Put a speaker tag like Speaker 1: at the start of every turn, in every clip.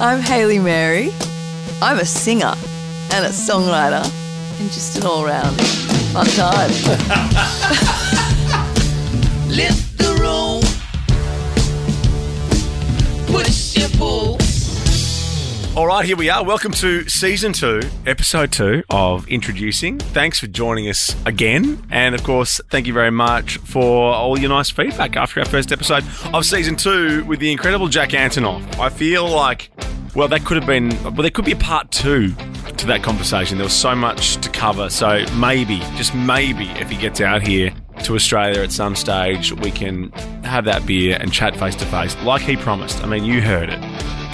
Speaker 1: I'm Hayley Mary. I'm a singer and a songwriter and just an all round fun time.
Speaker 2: Let the roll. Push your pull.
Speaker 3: All right, here we are. Welcome to season two, episode two of Introducing. Thanks for joining us again. And of course, thank you very much for all your nice feedback after our first episode of season two with the incredible Jack Antonoff. I feel like, well, that could have been, well, there could be a part two to that conversation. There was so much to cover. So maybe, just maybe, if he gets out here to Australia at some stage, we can have that beer and chat face to face like he promised. I mean, you heard it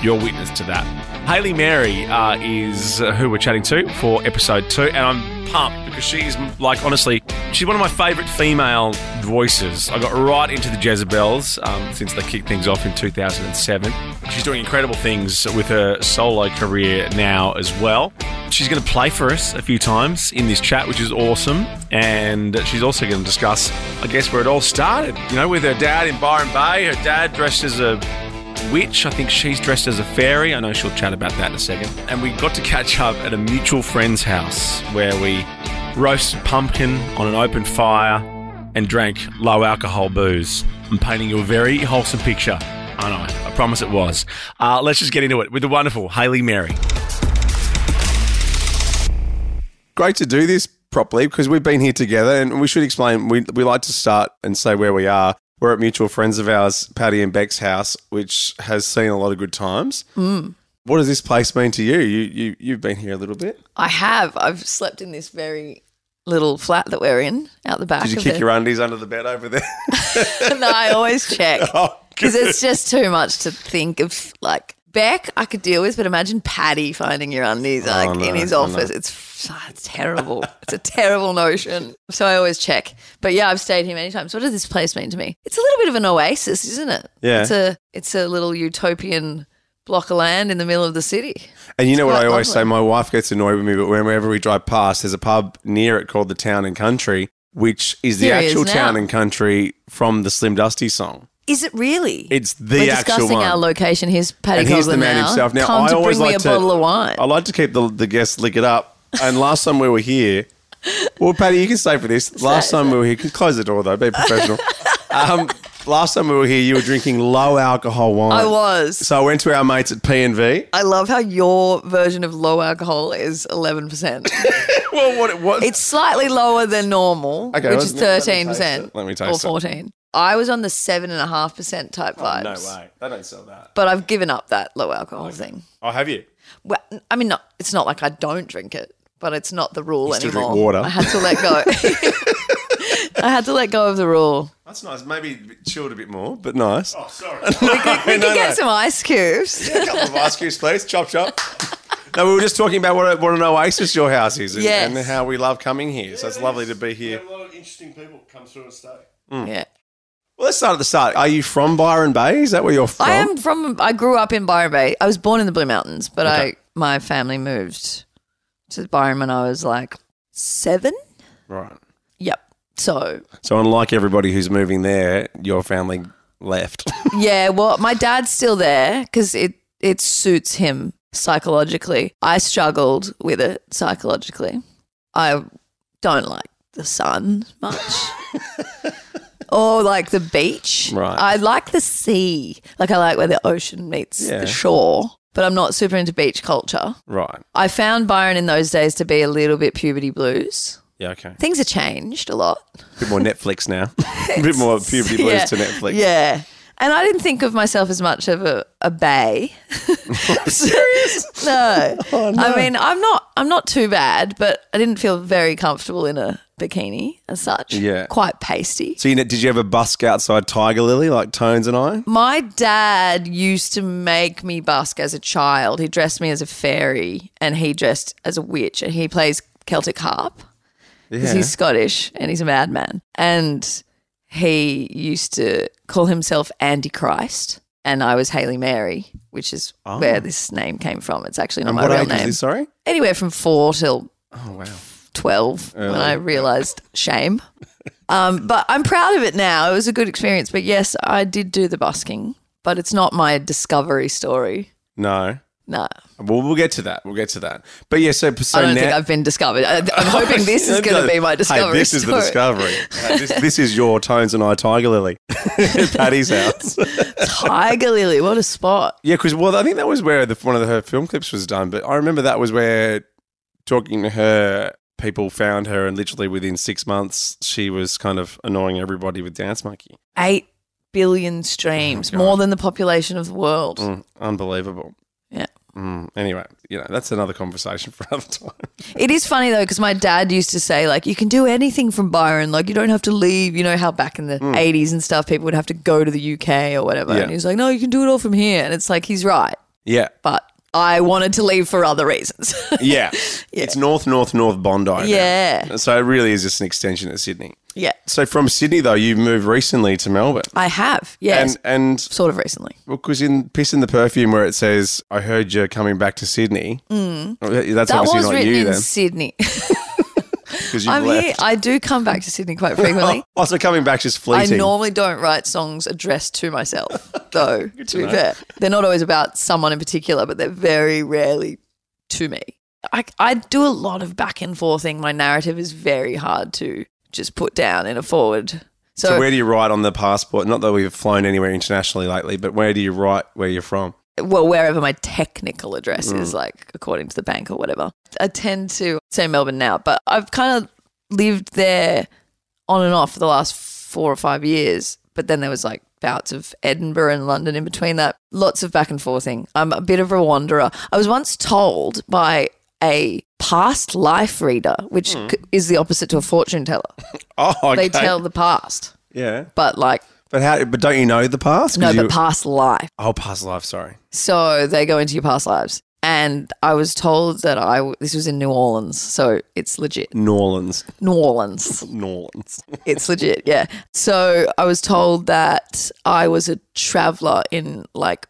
Speaker 3: your witness to that. Haley Mary uh, is uh, who we're chatting to for episode two, and I'm pumped because she's like honestly, she's one of my favourite female voices. I got right into the Jezebels um, since they kicked things off in 2007. She's doing incredible things with her solo career now as well. She's going to play for us a few times in this chat, which is awesome, and she's also going to discuss, I guess, where it all started. You know, with her dad in Byron Bay. Her dad dressed as a witch. I think she's dressed as a fairy. I know she'll chat about that in a second. And we got to catch up at a mutual friend's house where we roasted pumpkin on an open fire and drank low alcohol booze. I'm painting you a very wholesome picture. I know. I promise it was. Uh, let's just get into it with the wonderful Haley Mary.
Speaker 4: great to do this properly because we've been here together and we should explain we, we like to start and say where we are we're at mutual friends of ours patty and beck's house which has seen a lot of good times
Speaker 1: Mm.
Speaker 4: what does this place mean to you? you you you've been here a little bit
Speaker 1: I have. I've slept in this very little flat that we're in out the back.
Speaker 4: did you
Speaker 1: of
Speaker 4: kick
Speaker 1: it.
Speaker 4: your undies under the bed over there Oh,
Speaker 1: no, I always check because it's just too much to think of. Like Beck, I could deal with, but imagine Paddy finding your undies like
Speaker 4: no,
Speaker 1: in his
Speaker 4: oh,
Speaker 1: office. It's ah, it's terrible. it's a terrible notion. So I always check. But yeah, I've stayed here many times. What does this place mean to me? It's a little bit of an oasis, isn't it?
Speaker 4: Yeah.
Speaker 1: It's a it's a little utopian block of land in the middle of the city.
Speaker 4: and you know what
Speaker 1: quite
Speaker 4: i always
Speaker 1: lovely.
Speaker 4: say my wife gets annoyed with me but whenever we drive past there's a pub near it called the town and country which is the
Speaker 1: Here he is
Speaker 4: actual
Speaker 1: now.
Speaker 4: town and country from the slim dusty song
Speaker 1: Is it really?
Speaker 4: it's the
Speaker 1: We're
Speaker 4: actual
Speaker 1: discussing
Speaker 4: one
Speaker 1: our location. Here's Paddy
Speaker 4: and he's the
Speaker 1: Coughlin
Speaker 4: man
Speaker 1: now.
Speaker 4: himself. Now
Speaker 1: Come
Speaker 4: I
Speaker 1: to
Speaker 4: always
Speaker 1: bring
Speaker 4: like
Speaker 1: me a
Speaker 4: to
Speaker 1: bottle of wine.
Speaker 4: I like to keep the, the guests lick it up. And last time we were here, well, Patty, you can stay for this. Last time we were here, close the door though. Be professional. um, last time we were here, you were drinking low alcohol wine.
Speaker 1: I was.
Speaker 4: So I went to our mates at P and V.
Speaker 1: I love how your version of low alcohol is 11%.
Speaker 4: Well, what it was?
Speaker 1: it's slightly lower than normal,
Speaker 4: Okay,
Speaker 1: which
Speaker 4: let-
Speaker 1: is
Speaker 4: let me
Speaker 1: 13%.
Speaker 4: taste it. Let me taste
Speaker 1: Or
Speaker 4: it. Oh,
Speaker 1: 14. I was on the 7.5% type vibes.
Speaker 4: They don't sell that.
Speaker 1: But I've given up that low alcohol thing.
Speaker 4: Oh, have you?
Speaker 1: Well, I mean, not, it's not like I don't drink it, but it's not the rule
Speaker 4: still
Speaker 1: anymore.
Speaker 4: drink water.
Speaker 1: I had to let go. I had to let go of the rule.
Speaker 4: That's nice. Maybe a bit chilled a bit more, but nice. Oh, sorry. we
Speaker 1: We could get some ice cubes.
Speaker 4: a couple of ice cubes, please. Chop chop. No, we were just talking about what, a, what an oasis your house is and,
Speaker 1: Yes.
Speaker 4: and how we love coming here. So it's lovely to be here.
Speaker 5: We have a lot of interesting people come through and stay.
Speaker 4: Mm.
Speaker 1: Yeah.
Speaker 4: Well, let's start at the start. Are you from Byron Bay? Is that where you're from?
Speaker 1: I am from. I grew up in Byron Bay. I was born in the Blue Mountains, but I my family moved to Byron when I was like seven.
Speaker 4: Right.
Speaker 1: Yep. So
Speaker 4: So, unlike everybody who's moving there, your family left.
Speaker 1: yeah, well, my dad's still there because it it suits him psychologically. I struggled with it psychologically. I don't like the sun much. Or like the beach.
Speaker 4: Right.
Speaker 1: I like the sea. Like I like where the ocean meets
Speaker 4: Yeah.
Speaker 1: the shore. But I'm not super into beach culture.
Speaker 4: right.
Speaker 1: I found Byron in those days to be a little bit puberty blues.
Speaker 4: Yeah, okay.
Speaker 1: Things have changed a lot.
Speaker 4: A bit more Netflix now. a bit more puberty blues
Speaker 1: yeah.
Speaker 4: to Netflix.
Speaker 1: Yeah. And I didn't think of myself as much of a, a bay. Serious? no. I mean, I'm not I'm not too bad, but I didn't feel very comfortable in a bikini as such.
Speaker 4: Yeah.
Speaker 1: Quite pasty.
Speaker 4: So, you know, did you ever busk outside Tiger Lily like Tones and I?
Speaker 1: My dad used to make me busk as a child. He dressed me as a fairy and he dressed as a witch and he plays Celtic harp because
Speaker 4: Yeah.
Speaker 1: he's Scottish and he's a madman. And he used to call himself Andy Christ and I was Haley Mary, which is where this name came from. It's actually not
Speaker 4: Oh. And
Speaker 1: my real
Speaker 4: what age
Speaker 1: name.
Speaker 4: is this? Sorry?
Speaker 1: Anywhere from four till
Speaker 4: Oh, wow.
Speaker 1: 12 when I realized shame. Um, but I'm proud of it now. It was a good experience. But yes, I did do the busking, but it's not my discovery story.
Speaker 4: No.
Speaker 1: No,
Speaker 4: Well, we'll get to that. We'll get to that. But yeah, so so
Speaker 1: I don't
Speaker 4: now,
Speaker 1: think I've been discovered. I, I'm hoping this is going to be my discovery.
Speaker 4: Hey, this is the
Speaker 1: story.
Speaker 4: discovery. Hey, this, this is your tones and I tiger lily, Patty's house.
Speaker 1: Tiger Lily, what a spot!
Speaker 4: Yeah, because well, I think that was where the, one of her film clips was done. But I remember that was where talking to her, people found her, and literally within six months, she was kind of annoying everybody with Dance Monkey.
Speaker 1: Eight billion streams, more than the population of the world.
Speaker 4: Oh Mm, unbelievable.
Speaker 1: Yeah.
Speaker 4: Mm, anyway, you know that's another conversation for another time.
Speaker 1: It is funny though, because my dad used to say, like, you can do anything from Byron. Like, you don't have to leave. You know how back in the 80s and stuff, people would have to go to the UK or whatever.
Speaker 4: Mm. Yeah.
Speaker 1: And he was like, no, you can do it all from here. And it's like, he's right.
Speaker 4: Yeah,
Speaker 1: But I wanted to leave for other reasons.
Speaker 4: yeah. It's north, north, north Bondi. now.
Speaker 1: Yeah.
Speaker 4: So it really is just an extension of Sydney.
Speaker 1: yeah.
Speaker 4: So from Sydney though, you've moved recently to Melbourne,
Speaker 1: I have. Yes.
Speaker 4: and and
Speaker 1: sort of recently.
Speaker 4: because in Piss in the Perfume where it says, "I heard you're coming back to Sydney," mm. that's
Speaker 1: That
Speaker 4: obviously
Speaker 1: was
Speaker 4: not
Speaker 1: written
Speaker 4: you
Speaker 1: in
Speaker 4: then
Speaker 1: Sydney.
Speaker 4: because you
Speaker 1: I'm
Speaker 4: left.
Speaker 1: here. I do come back to Sydney quite frequently.
Speaker 4: Also, coming back is
Speaker 1: I
Speaker 4: fleeting.
Speaker 1: normally don't write songs addressed to myself, though, to be fair. They're not always about someone in particular, but they're very rarely to me. I, I do a lot of back and forthing. My narrative is very hard to just put down in a forward. So,
Speaker 4: so where do you write on the passport? Not that we've flown anywhere internationally lately, but where do you write where you're from?
Speaker 1: well, wherever my technical address
Speaker 4: Mm.
Speaker 1: is, like according to the bank or whatever. I tend to say Melbourne now, but I've kind of lived there on and off for the last four or five years. But then there was like bouts of Edinburgh and London in between that. Lots of back and forthing. I'm a bit of a wanderer. I was once told by a past life reader, which c- is the opposite to a fortune teller.
Speaker 4: Oh, Mm.
Speaker 1: They
Speaker 4: okay.
Speaker 1: tell the past,
Speaker 4: Yeah,
Speaker 1: but like
Speaker 4: but how? But don't you know the past? 'Cause
Speaker 1: no,
Speaker 4: you,
Speaker 1: the past life.
Speaker 4: Oh, past life. Sorry.
Speaker 1: So they go into your past lives. And I was told that I w- this was in New Orleans, so it's legit.
Speaker 4: Norlands.
Speaker 1: New Orleans,
Speaker 4: Norlands.
Speaker 1: it's legit, yeah. So I was told that I was a traveler in like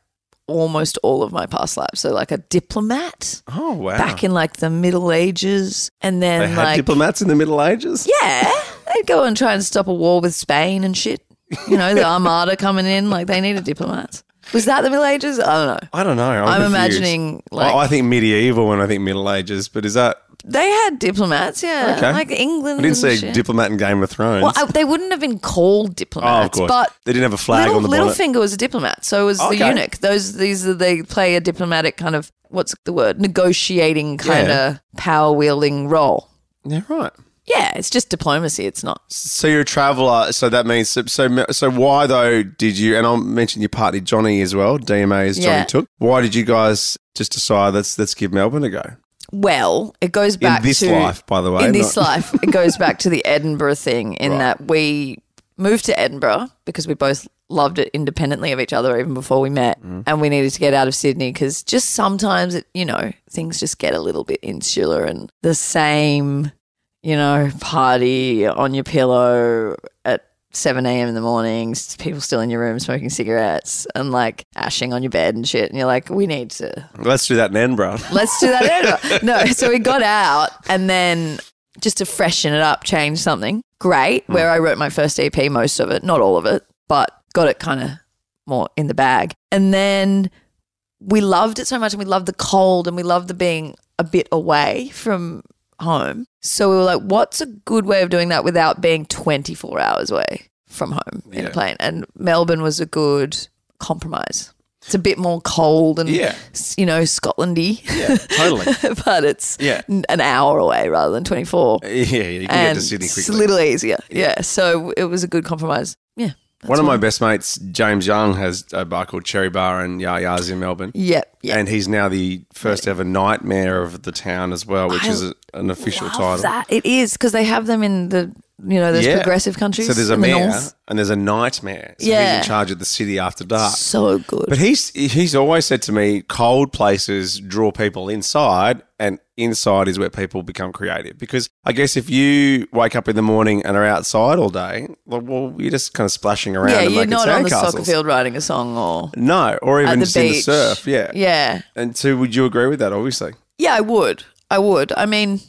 Speaker 1: almost all of my past lives. So like a diplomat
Speaker 4: Oh wow.
Speaker 1: back in like the Middle Ages, and
Speaker 4: they
Speaker 1: then
Speaker 4: had
Speaker 1: like
Speaker 4: diplomats in the Middle Ages.
Speaker 1: yeah, they'd go and try and stop a war with Spain and shit. You know, the Armada coming in, like they needed diplomats. Was that the Middle Ages? I don't know.
Speaker 4: I don't know. I'm,
Speaker 1: I'm
Speaker 4: confused.
Speaker 1: imagining,
Speaker 4: I-
Speaker 1: like-
Speaker 4: I, think medieval when I think Middle Ages, but is that?
Speaker 1: They had diplomats, yeah,
Speaker 4: Okay.
Speaker 1: like England.
Speaker 4: I
Speaker 1: and
Speaker 4: didn't see a
Speaker 1: shit.
Speaker 4: diplomat in Game of Thrones.
Speaker 1: Well, I, they wouldn't have been called
Speaker 4: oh, of
Speaker 1: diplomats,
Speaker 4: course.
Speaker 1: but
Speaker 4: they didn't have a flag
Speaker 1: little,
Speaker 4: on the bonnet.
Speaker 1: Littlefinger was a diplomat, so was the
Speaker 4: Okay.
Speaker 1: eunuch. Those these are they play a diplomatic kind of what's the word negotiating kind
Speaker 4: Yeah.
Speaker 1: of power wielding role.
Speaker 4: yeah, right.
Speaker 1: Yeah, it's just diplomacy. It's not.
Speaker 4: So you're a traveller. So that means so, so so why though did you? And I'll mention your partner Johnny as well. DMA is Johnny
Speaker 1: Yeah.
Speaker 4: Took. Why did you guys just decide let's let's give Melbourne a go
Speaker 1: Well, it goes
Speaker 4: in
Speaker 1: back
Speaker 4: this
Speaker 1: to
Speaker 4: life? By the way,
Speaker 1: in this
Speaker 4: not-
Speaker 1: life, it goes back to the Edinburgh thing in
Speaker 4: Right.
Speaker 1: that we moved to Edinburgh because we both loved it independently of each other even before we met.
Speaker 4: Mm.
Speaker 1: And we needed to get out of Sydney because just sometimes, it, you know, things just get a little bit insular and the same, you know, party on your pillow at 7 a.m. in the morning, s- people still in your room smoking cigarettes and like ashing on your bed and shit. And you're like, we need to
Speaker 4: Let's do that in Edinburgh.
Speaker 1: let's do that anyway. No, so we got out and then just to freshen it up, change something. Great,
Speaker 4: Hmm.
Speaker 1: where I wrote my first EP, most of it, not all of it, but got it kind of more in the bag. And then we loved it so much and we loved the cold and we loved the being a bit away from home. So we were like, what's a good way of doing that without being 24 hours away from home in a
Speaker 4: Yeah.
Speaker 1: plane? And Melbourne was a good compromise. It's a bit more cold and,
Speaker 4: Yeah.
Speaker 1: s- you know, Scotlandy.
Speaker 4: yeah, totally.
Speaker 1: but it's
Speaker 4: Yeah.
Speaker 1: n- an hour away rather than 24.
Speaker 4: Yeah, yeah, you can get
Speaker 1: and
Speaker 4: to Sydney
Speaker 1: it's
Speaker 4: quickly.
Speaker 1: a little easier. Yeah. So it was a good compromise. Yeah.
Speaker 4: One of my best mates, James Young, has a bar called Cherry Bar and Yaya's in Melbourne.
Speaker 1: Yeah. Yeah.
Speaker 4: And he's now the first ever nightmare of the town as well, which
Speaker 1: I
Speaker 4: is a, an official
Speaker 1: Love
Speaker 4: title.
Speaker 1: that. It is because they have them in the, you know, those
Speaker 4: Yeah.
Speaker 1: progressive countries.
Speaker 4: So there's a
Speaker 1: in the
Speaker 4: mayor
Speaker 1: north.
Speaker 4: and there's a nightmare. So he's
Speaker 1: Yeah.
Speaker 4: in charge of the city after dark.
Speaker 1: So good.
Speaker 4: Uh, But he's he's always said to me, cold places draw people inside, and inside is where people become creative. Because I guess if you wake up in the morning and are outside all day, well, well you're just kind of splashing around.
Speaker 1: yeah,
Speaker 4: and
Speaker 1: you're
Speaker 4: making
Speaker 1: not on the soccer
Speaker 4: sandcastles.
Speaker 1: field writing a song or
Speaker 4: No, or
Speaker 1: at
Speaker 4: even
Speaker 1: the
Speaker 4: just in the
Speaker 1: beach.
Speaker 4: surf. Yeah.
Speaker 1: Yeah.
Speaker 4: And so, would you agree with that? Obviously.
Speaker 1: Yeah, I would. I would. I mean,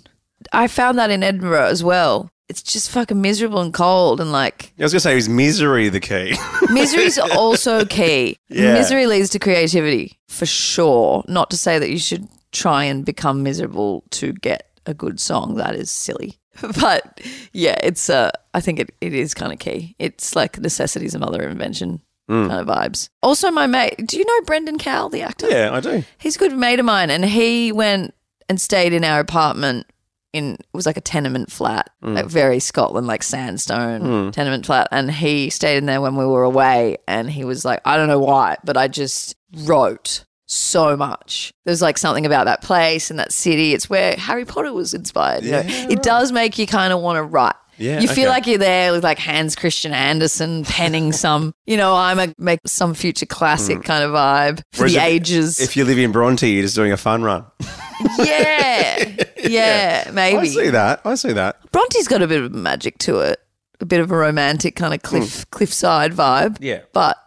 Speaker 1: I found that in Edinburgh as well. it's just fucking miserable and cold and like
Speaker 4: I was going to say, is misery the key?
Speaker 1: misery's also key.
Speaker 4: Yeah.
Speaker 1: Misery leads to creativity for sure. Not to say that you should try and become miserable to get a good song. That is silly. But yeah, it's uh I think it, it is kind of key. It's like necessity's a mother of invention
Speaker 4: Mm.
Speaker 1: kind of vibes. Also my mate do you know Brendan Cowell, the actor?
Speaker 4: yeah, I do.
Speaker 1: He's a good mate of mine, and he went and stayed in our apartment. In it was like a tenement flat,
Speaker 4: Mm.
Speaker 1: like very Scotland, like sandstone tenement flat. And he stayed in there when we were away, and he was like, I don't know why, but I just wrote so much. There's like something about that place and that city. It's where Harry Potter was inspired. you know?
Speaker 4: Yeah.
Speaker 1: it does make you kind of want to write.
Speaker 4: Yeah,
Speaker 1: you feel
Speaker 4: okay.
Speaker 1: like you're there with like Hans Christian Andersen penning some, you know, I'm a make some future classic kind of vibe for
Speaker 4: Mm. Whereas
Speaker 1: the
Speaker 4: if-
Speaker 1: ages.
Speaker 4: If you live in Bronte, you're just doing a fun run.
Speaker 1: Yeah. Yeah,
Speaker 4: I see
Speaker 1: maybe.
Speaker 4: that. I see that.
Speaker 1: Bronte's got a bit of magic to it, a bit of a romantic kind of cliff cliffside vibe.
Speaker 4: Hmm. Yeah.
Speaker 1: But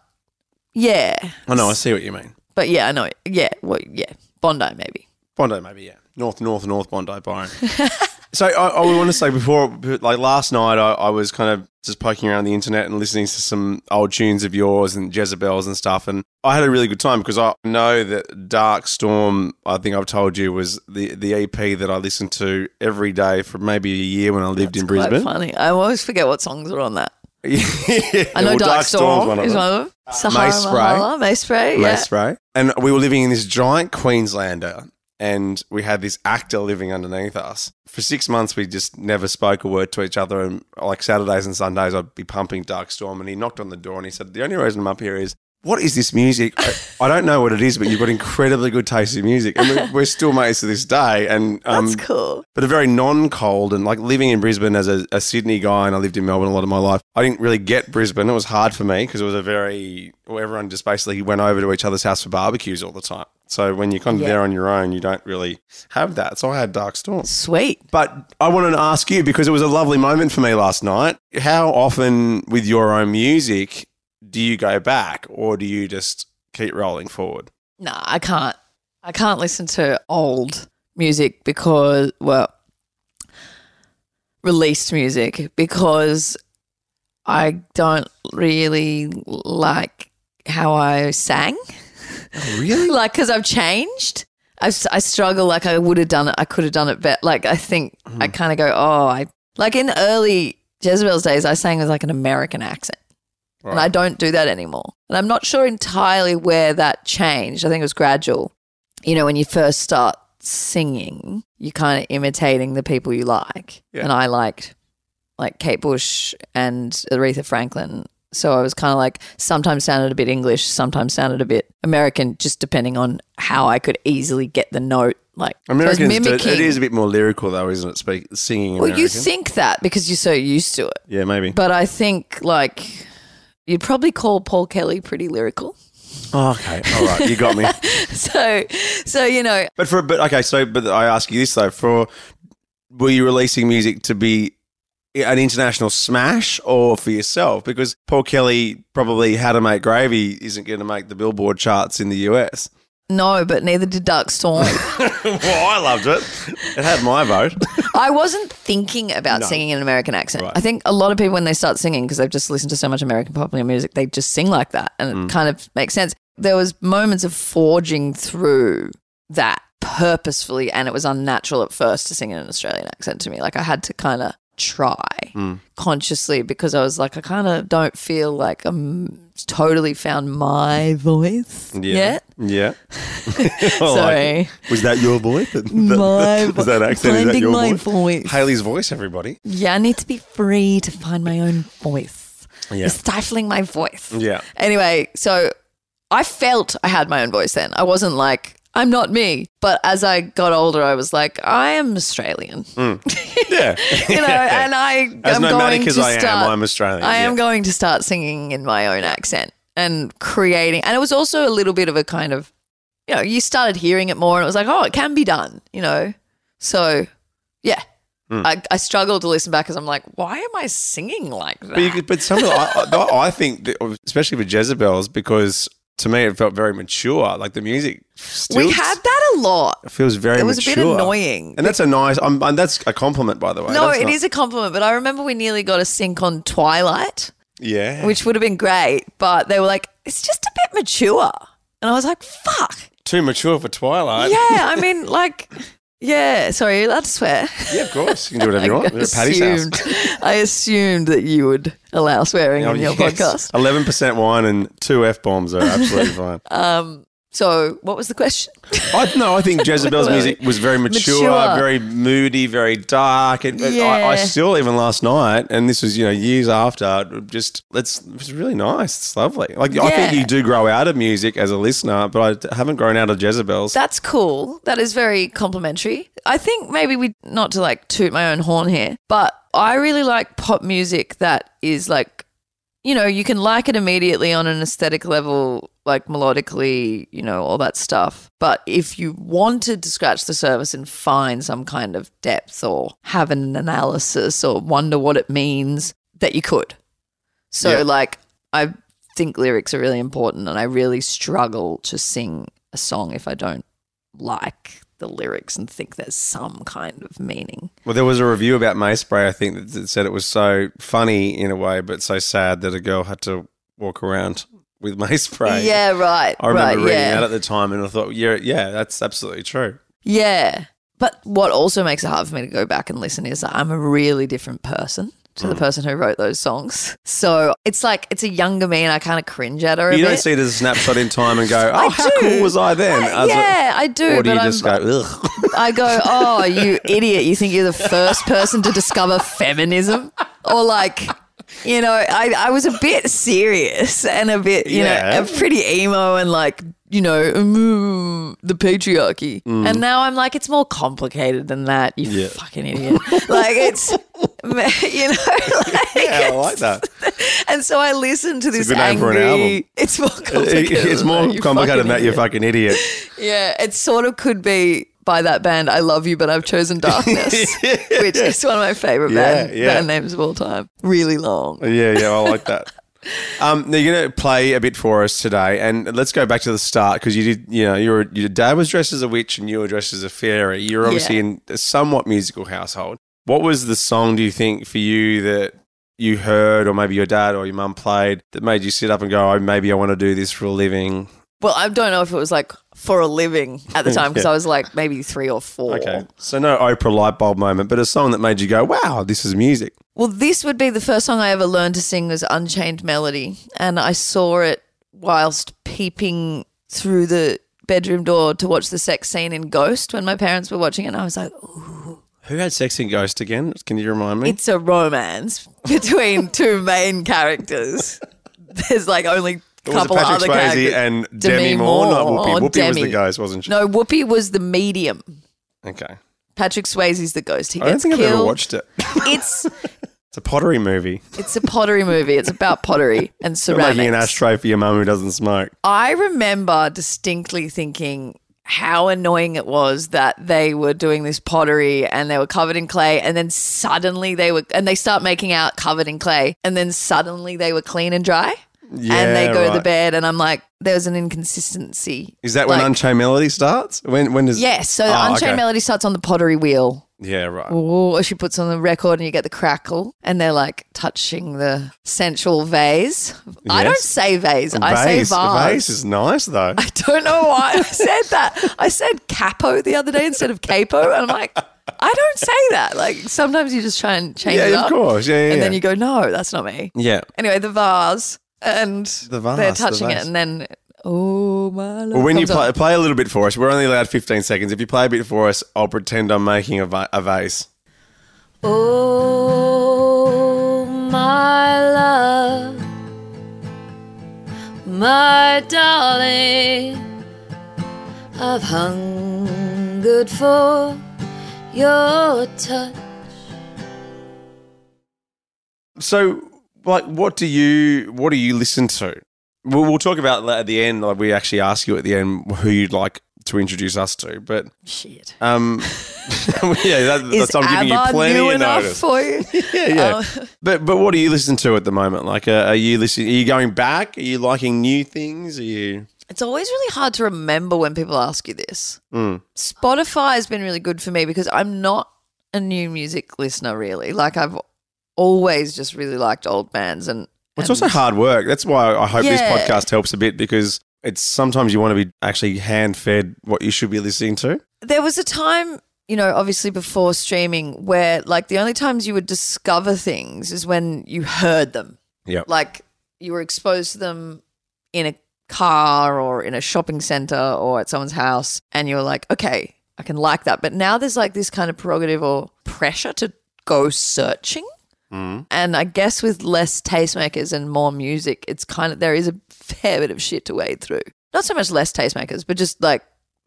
Speaker 1: yeah.
Speaker 4: I know. Oh, I see what you mean.
Speaker 1: But yeah, I know. Yeah, well, yeah. Bondi maybe.
Speaker 4: Bondi, maybe, yeah. North, north, north Bondi, Byron. so I, I want to say before, like last night, I, I was kind of just poking around the internet and listening to some old tunes of yours and Jezebel's and stuff. And I had a really good time because I know that Dark Storm, I think I've told you, was the, the EP that I listened to every day for maybe a year when I lived in
Speaker 1: Quite
Speaker 4: Brisbane.
Speaker 1: funny. I always forget what songs are on that. I know
Speaker 4: Well,
Speaker 1: Dark, Storm
Speaker 4: Storm's
Speaker 1: is one of them. Sahara
Speaker 4: Mace Spray.
Speaker 1: Mahala, Mace Spray. Yeah.
Speaker 4: Mace spray. And we were living in this giant Queenslander and we had this actor living underneath us. For six months, we just never spoke a word to each other. And like Saturdays and Sundays, I'd be pumping Dark Storm. And he knocked on the door and he said, The only reason I'm up here is, what is this music? I, I don't know what it is, but you've got incredibly good taste in music. And we're, we're still mates to this day. And um,
Speaker 1: That's cool.
Speaker 4: but a very non-cold and like living in Brisbane as a, a Sydney guy, and I lived in Melbourne a lot of my life. I didn't really get Brisbane. It was hard for me because it was a very well, everyone just basically went over to each other's house for barbecues all the time. So when you're kind of
Speaker 1: Yeah.
Speaker 4: there on your own, you don't really have that. So I had dark storms.
Speaker 1: Sweet.
Speaker 4: But I wanted to ask you because it was a lovely moment for me last night. How often with your own music do you go back, or do you just keep rolling forward?
Speaker 1: Nah, I can't. I can't listen to old music because, well, released music because I don't really like how I sang.
Speaker 4: Really?
Speaker 1: Like, because I've changed. I, s- I struggle. Like, I would have done it. I could have done it better. Like, I think I kind of go, oh, I like in the early Jezebel's days, I sang with like an American accent. And I don't do that anymore. And I'm not sure entirely where that changed. I think it was gradual. You know, when you first start singing, you're kind of imitating the people you like.
Speaker 4: Yeah.
Speaker 1: And I liked like Kate Bush and Aretha Franklin. So I was kind of like sometimes sounded a bit English, sometimes sounded a bit American, just depending on how I could easily get the note. Like so I was
Speaker 4: Americans, do, it
Speaker 1: mimicking-
Speaker 4: is a bit more lyrical though, isn't it? Speak, singing.
Speaker 1: Well, you
Speaker 4: American.
Speaker 1: think that because you're so used to it.
Speaker 4: yeah, maybe.
Speaker 1: But I think like you'd probably call Paul Kelly pretty lyrical.
Speaker 4: Oh, okay. All right. You got me.
Speaker 1: So so you know,
Speaker 4: but for but okay, so but I ask you this though, for were you releasing music to be an international smash or for yourself? Because Paul Kelly probably How to Make Gravy isn't going to make the Billboard charts in the US.
Speaker 1: no, but neither did Dark Storm.
Speaker 4: well, I loved it. It had my vote.
Speaker 1: I wasn't thinking about singing in an American accent.
Speaker 4: Right.
Speaker 1: I think a lot of people when they start singing because they've just listened to so much American popular music, they just sing like that and
Speaker 4: Mm.
Speaker 1: it kind of makes sense. There was moments of forging through that purposefully and it was unnatural at first to sing in an Australian accent to me. Like I had to kind of try
Speaker 4: Mm.
Speaker 1: consciously because I was like I kind of don't feel like I'm totally found my voice yet.
Speaker 4: Yeah. I like it.
Speaker 1: Sorry.
Speaker 4: was that your voice?
Speaker 1: my
Speaker 4: was that accent? Is that
Speaker 1: finding
Speaker 4: your
Speaker 1: my
Speaker 4: voice?
Speaker 1: voice.
Speaker 4: Haley's voice, everybody.
Speaker 1: Yeah, I need to be free to find my own voice.
Speaker 4: Yeah.
Speaker 1: It's stifling my voice.
Speaker 4: Yeah.
Speaker 1: Anyway, so I felt I had my own voice then. I wasn't like, I'm not me. But as I got older, I was like, I am Australian.
Speaker 4: Yeah.
Speaker 1: You know, and I
Speaker 4: As
Speaker 1: am
Speaker 4: nomadic
Speaker 1: going
Speaker 4: as
Speaker 1: to
Speaker 4: I am,
Speaker 1: start,
Speaker 4: I'm Australian.
Speaker 1: I am
Speaker 4: Yeah.
Speaker 1: going to start singing in my own accent and creating. And it was also a little bit of a kind of, you know, you started hearing it more and it was like, oh, it can be done, you know? So, yeah.
Speaker 4: Hmm.
Speaker 1: I, I struggle to listen back because I'm like, why am I singing like that?
Speaker 4: But, you could, but some of the, I, I I think, that, especially with Jezebel's, because to me, it felt very mature. Like the music, still
Speaker 1: we had that a lot.
Speaker 4: it feels very.
Speaker 1: It was a bit
Speaker 4: mature.
Speaker 1: annoying.
Speaker 4: and that's a nice. Um, and that's a compliment, by the way.
Speaker 1: No,
Speaker 4: That's
Speaker 1: it is
Speaker 4: not-
Speaker 1: a compliment, but I remember we nearly got a sync on Twilight,
Speaker 4: Yeah,
Speaker 1: which would have been great, but they were like, it's just a bit mature. And I was like, fuck.
Speaker 4: too mature for Twilight.
Speaker 1: Yeah, I mean, like, yeah, sorry, you're allowed to swear.
Speaker 4: Yeah, of course. You can do whatever you want. We're at Patty's house.
Speaker 1: assumed, I assumed that you would allow swearing
Speaker 4: Oh,
Speaker 1: on your podcast.
Speaker 4: Eleven percent wine and two f bombs are absolutely fine.
Speaker 1: So, what was the question?
Speaker 4: I, no, I think Jezebel's music was very mature,
Speaker 1: Mature.
Speaker 4: very moody, very dark. And and I, I
Speaker 1: Yeah.
Speaker 4: still, even last night, and this was you know years after, just it's it's really nice. It's lovely. Like I think
Speaker 1: Yeah.
Speaker 4: you do grow out of music as a listener, but I haven't grown out of Jezebel's.
Speaker 1: That's cool. That is very complimentary. I think maybe we, not to like toot my own horn here, but I really like pop music that is like, you know, you can like it immediately on an aesthetic level, like melodically, you know, all that stuff. But if you wanted to scratch the surface and find some kind of depth or have an analysis or wonder what it means, that you could. So,
Speaker 4: Yeah.
Speaker 1: like, I think lyrics are really important, and I really struggle to sing a song if I don't like the lyrics and think there's some kind of meaning.
Speaker 4: Well, there was a review about May Spray, I think, that, that said it was so funny in a way, but so sad that a girl had to walk around with May Spray.
Speaker 1: Yeah, right.
Speaker 4: I remember
Speaker 1: right,
Speaker 4: reading
Speaker 1: yeah.
Speaker 4: that at the time and I thought, yeah, yeah, that's absolutely true.
Speaker 1: Yeah. But what also makes it hard for me to go back and listen is that I'm a really different person to
Speaker 4: Hmm.
Speaker 1: the person who wrote those songs. So it's like it's a younger me and I kind of cringe at her a
Speaker 4: you
Speaker 1: bit.
Speaker 4: don't see it as a snapshot in time and go, oh,
Speaker 1: I
Speaker 4: how
Speaker 1: do.
Speaker 4: cool was I then?
Speaker 1: I- yeah, I do,
Speaker 4: or do
Speaker 1: but
Speaker 4: you
Speaker 1: I'm,
Speaker 4: just go, ugh?
Speaker 1: I go, oh, you idiot. You think you're the first person to discover feminism? Or like, you know, I, I was a bit serious and a bit, you
Speaker 4: Yeah.
Speaker 1: know, pretty emo and like, you know, mm, the patriarchy. And now I'm like, it's more complicated than that, you
Speaker 4: Mm. Yeah.
Speaker 1: fucking idiot. like, it's, you know, like,
Speaker 4: Yeah, I like that.
Speaker 1: And so I listened to this
Speaker 4: good name for an
Speaker 1: angry.
Speaker 4: album.
Speaker 1: It's more complicated.
Speaker 4: it's
Speaker 1: than
Speaker 4: more
Speaker 1: that, you
Speaker 4: complicated than that, you
Speaker 1: idiot.
Speaker 4: fucking idiot.
Speaker 1: Yeah, it sort of could be by that band, I Love You, but I've chosen darkness, which is one of my favorite
Speaker 4: Yeah,
Speaker 1: band,
Speaker 4: yeah.
Speaker 1: band names of all time. Really long.
Speaker 4: Yeah, yeah, I like that. Um, now you're going to play a bit for us today, and let's go back to the start because you did. You know, your your dad was dressed as a witch, and you were dressed as a fairy. You're obviously
Speaker 1: Yeah.
Speaker 4: in a somewhat musical household. What was the song? Do you think for you that you heard, or maybe your dad or your mum played, that made you sit up and go, "Oh, maybe I want to do this for a living"?
Speaker 1: Well, I don't know if it was like for a living at the time because
Speaker 4: Yeah.
Speaker 1: I was like maybe three or four.
Speaker 4: Okay, so no Oprah light bulb moment, but a song that made you go, "Wow, this is music."
Speaker 1: Well, this would be the first song I ever learned to sing was Unchained Melody. And I saw it whilst peeping through the bedroom door to watch the sex scene in Ghost when my parents were watching it. And I was like,
Speaker 4: Who had sex in Ghost again? Can you remind me?
Speaker 1: it's a romance between two main characters. There's like only a
Speaker 4: was it
Speaker 1: couple
Speaker 4: Patrick
Speaker 1: other
Speaker 4: Swayze
Speaker 1: characters.
Speaker 4: and Demi,
Speaker 1: Demi
Speaker 4: Moore, not
Speaker 1: Moore
Speaker 4: Whoopi.
Speaker 1: or
Speaker 4: Whoopi was the
Speaker 1: Demi.
Speaker 4: ghost, wasn't she?
Speaker 1: no, Whoopi was the medium.
Speaker 4: Okay.
Speaker 1: Patrick Swayze's the ghost. He
Speaker 4: I don't
Speaker 1: gets
Speaker 4: think
Speaker 1: killed.
Speaker 4: I've ever watched it.
Speaker 1: It's
Speaker 4: It's a pottery movie.
Speaker 1: it's a pottery movie. It's about pottery and
Speaker 4: You're
Speaker 1: ceramics.
Speaker 4: making an ashtray for your mum who doesn't smoke.
Speaker 1: I remember distinctly thinking how annoying it was that they were doing this pottery and they were covered in clay and then suddenly they were and they start making out covered in clay and then suddenly they were clean and dry and they
Speaker 4: Yeah,
Speaker 1: go to
Speaker 4: right.
Speaker 1: the bed and I'm like there's an inconsistency.
Speaker 4: Is that when
Speaker 1: Like-
Speaker 4: Unchained Melody starts? When when does?
Speaker 1: Yes, so the
Speaker 4: Oh,
Speaker 1: Unchained
Speaker 4: okay.
Speaker 1: Melody starts on the pottery wheel.
Speaker 4: Yeah, right.
Speaker 1: Ooh, or she puts on the record and you get the crackle and they're like touching the sensual vase. I don't
Speaker 4: Yes.
Speaker 1: say vase, I say
Speaker 4: Vase.
Speaker 1: vase.
Speaker 4: Vase is nice though.
Speaker 1: I don't know why I said that. I said capo the other day instead of capo, and I'm like, I don't say that. Like sometimes you just try and change
Speaker 4: yeah,
Speaker 1: it
Speaker 4: of
Speaker 1: up,
Speaker 4: course. Yeah, yeah.
Speaker 1: and then
Speaker 4: yeah.
Speaker 1: you go, no, that's not me.
Speaker 4: yeah.
Speaker 1: Anyway, the vase, and
Speaker 4: The vase,
Speaker 1: they're
Speaker 4: the
Speaker 1: touching
Speaker 4: vase.
Speaker 1: it, and then oh my. Love
Speaker 4: Well, when you
Speaker 1: comes
Speaker 4: play,
Speaker 1: on.
Speaker 4: play a little bit for us, we're only allowed 15 seconds. If you play a bit for us, I'll pretend I'm making a, va- a vase.
Speaker 6: Oh, my love, my darling, I've hungered for your touch.
Speaker 4: So, like, what do you what do you listen to? We'll, we'll talk about that at the end. Like, we actually ask you at the end who you'd like to introduce us to. But
Speaker 1: Shit.
Speaker 4: um, yeah, that,
Speaker 1: Is
Speaker 4: that's I'm giving you
Speaker 1: ABBA new
Speaker 4: plenty of
Speaker 1: enough Oh.
Speaker 4: notice.
Speaker 1: for you?
Speaker 4: Yeah, yeah. but but what do you listen to at the moment? Like, uh, are you listening? Are you going back? Are you liking new things? Are you?
Speaker 1: It's always really hard to remember when people ask you this.
Speaker 4: Mm.
Speaker 1: Spotify has been really good for me because I'm not a new music listener, really. Like, I've always just really liked old bands. And and-
Speaker 4: It's also hard work. That's why I hope this
Speaker 1: Um, Yeah.
Speaker 4: podcast helps a bit because it's sometimes you want to be actually hand fed what you should be listening to.
Speaker 1: There was a time, you know, obviously before streaming, where like the only times you would discover things is when you heard them.
Speaker 4: Yeah.
Speaker 1: Like, you were exposed to them in a car or in a shopping center or at someone's house and you're like okay i can like that but now there's like this kind of prerogative or pressure to go searching
Speaker 4: Mm-hmm.
Speaker 1: and i guess with less tastemakers and more music it's kind of there is a fair bit of shit to wade through not so much less tastemakers but just like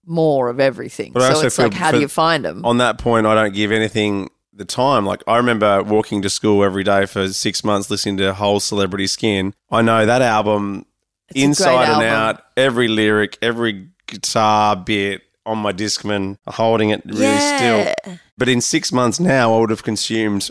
Speaker 1: more of everything
Speaker 4: But I
Speaker 1: so
Speaker 4: also
Speaker 1: it's
Speaker 4: feel
Speaker 1: like how
Speaker 4: for-
Speaker 1: do you find them
Speaker 4: on that point, I don't give anything the time. Like I remember walking to school every day for six months, listening to whole Celebrity Skin. I know that album
Speaker 1: a great
Speaker 4: inside and
Speaker 1: album.
Speaker 4: out, every lyric, every guitar bit on my discman, holding it really
Speaker 1: yeah
Speaker 4: still. But in six months now, I would have consumed.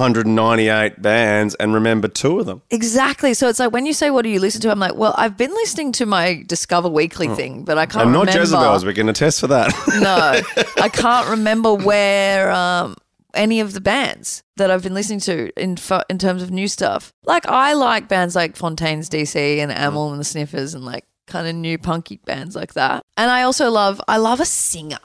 Speaker 4: 498 bands and remember two of them.
Speaker 1: exactly so it's like when you say what do you listen to i'm like well i've been listening to my discover weekly thing but i can't
Speaker 4: Hmm. and not
Speaker 1: remember
Speaker 4: Jezebel's, we can attest for that.
Speaker 1: no, I can't remember where um, any of the bands that I've been listening to in f- in terms of new stuff. Like I like bands like Fontaine's DC and
Speaker 4: Hmm.
Speaker 1: Amel and the Sniffers and like kind of new punky bands like that. And I also love I love a singer.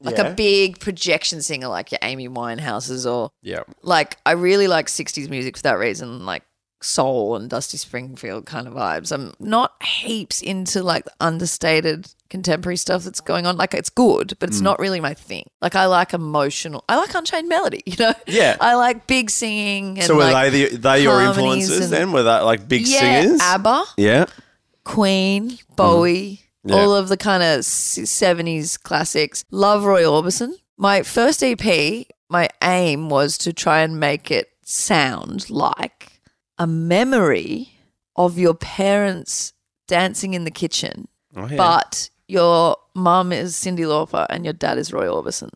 Speaker 1: Like
Speaker 4: Yeah.
Speaker 1: a big projection singer like your Amy Winehouses or
Speaker 4: yeah.
Speaker 1: like I really like 60s music for that reason, like soul and Dusty Springfield kind of vibes. I'm not heaps into like the understated contemporary stuff that's going on. Like it's good,
Speaker 4: Mm.
Speaker 1: but it's not really my thing. Like I like emotional. I like Unchained Melody, you know?
Speaker 4: Yeah.
Speaker 1: I like big singing. And
Speaker 4: So were
Speaker 1: like,
Speaker 4: they the, they your
Speaker 1: harmonies
Speaker 4: influences
Speaker 1: and-
Speaker 4: then? Were they like big
Speaker 1: yeah,
Speaker 4: singers?
Speaker 1: ABBA,
Speaker 4: yeah.
Speaker 1: Queen, Bowie,
Speaker 4: Mm. Yeah.
Speaker 1: all of the kind of s- 70s classics. Love Roy Orbison. My first EP, my aim was to try and make it sound like a memory of your parents dancing in the kitchen,
Speaker 4: Oh, yeah.
Speaker 1: but your mum is Cindy Lauper and your dad is Roy Orbison.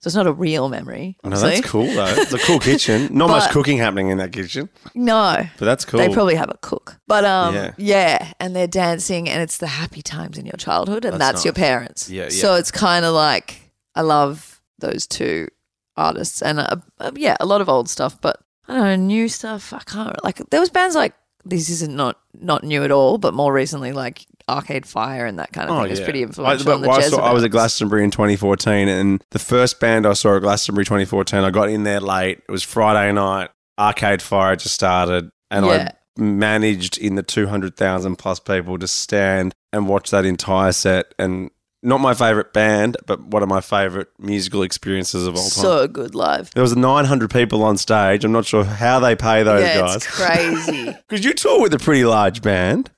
Speaker 1: So it's not a real memory.
Speaker 4: No,
Speaker 1: obviously.
Speaker 4: that's cool though. It's a cool kitchen. Not much
Speaker 1: But-
Speaker 4: cooking happening in that kitchen,
Speaker 1: No,
Speaker 4: but that's cool.
Speaker 1: They probably have a cook. But um
Speaker 4: Yeah.
Speaker 1: yeah. and they're dancing and it's the happy times in your childhood and
Speaker 4: That's
Speaker 1: that's,
Speaker 4: nice.
Speaker 1: your parents.
Speaker 4: Yeah, yeah.
Speaker 1: So it's kind of like I love those two artists and uh, uh, yeah, a lot of old stuff, but I don't know, new stuff. I can't like there was bands like this isn't not not new at all, but more recently like Arcade Fire and that kind of thing is pretty influential.
Speaker 4: Oh, I,
Speaker 1: on the
Speaker 4: I, saw, I was
Speaker 1: Jezebels.
Speaker 4: at Glastonbury in 2014, and the first band I saw at Glastonbury 2014, I got in there late. It was Friday night. Arcade Fire had just started, and
Speaker 1: Yeah.
Speaker 4: I managed in the 200,000 plus people to stand and watch that entire set. And not my favorite band, but one of my favorite musical experiences of all time.
Speaker 1: so good live.
Speaker 4: there was 900 people on stage. I'm not sure how they pay those
Speaker 1: yeah,
Speaker 4: guys.
Speaker 1: it's crazy. um,
Speaker 4: Because you tour with a pretty large band.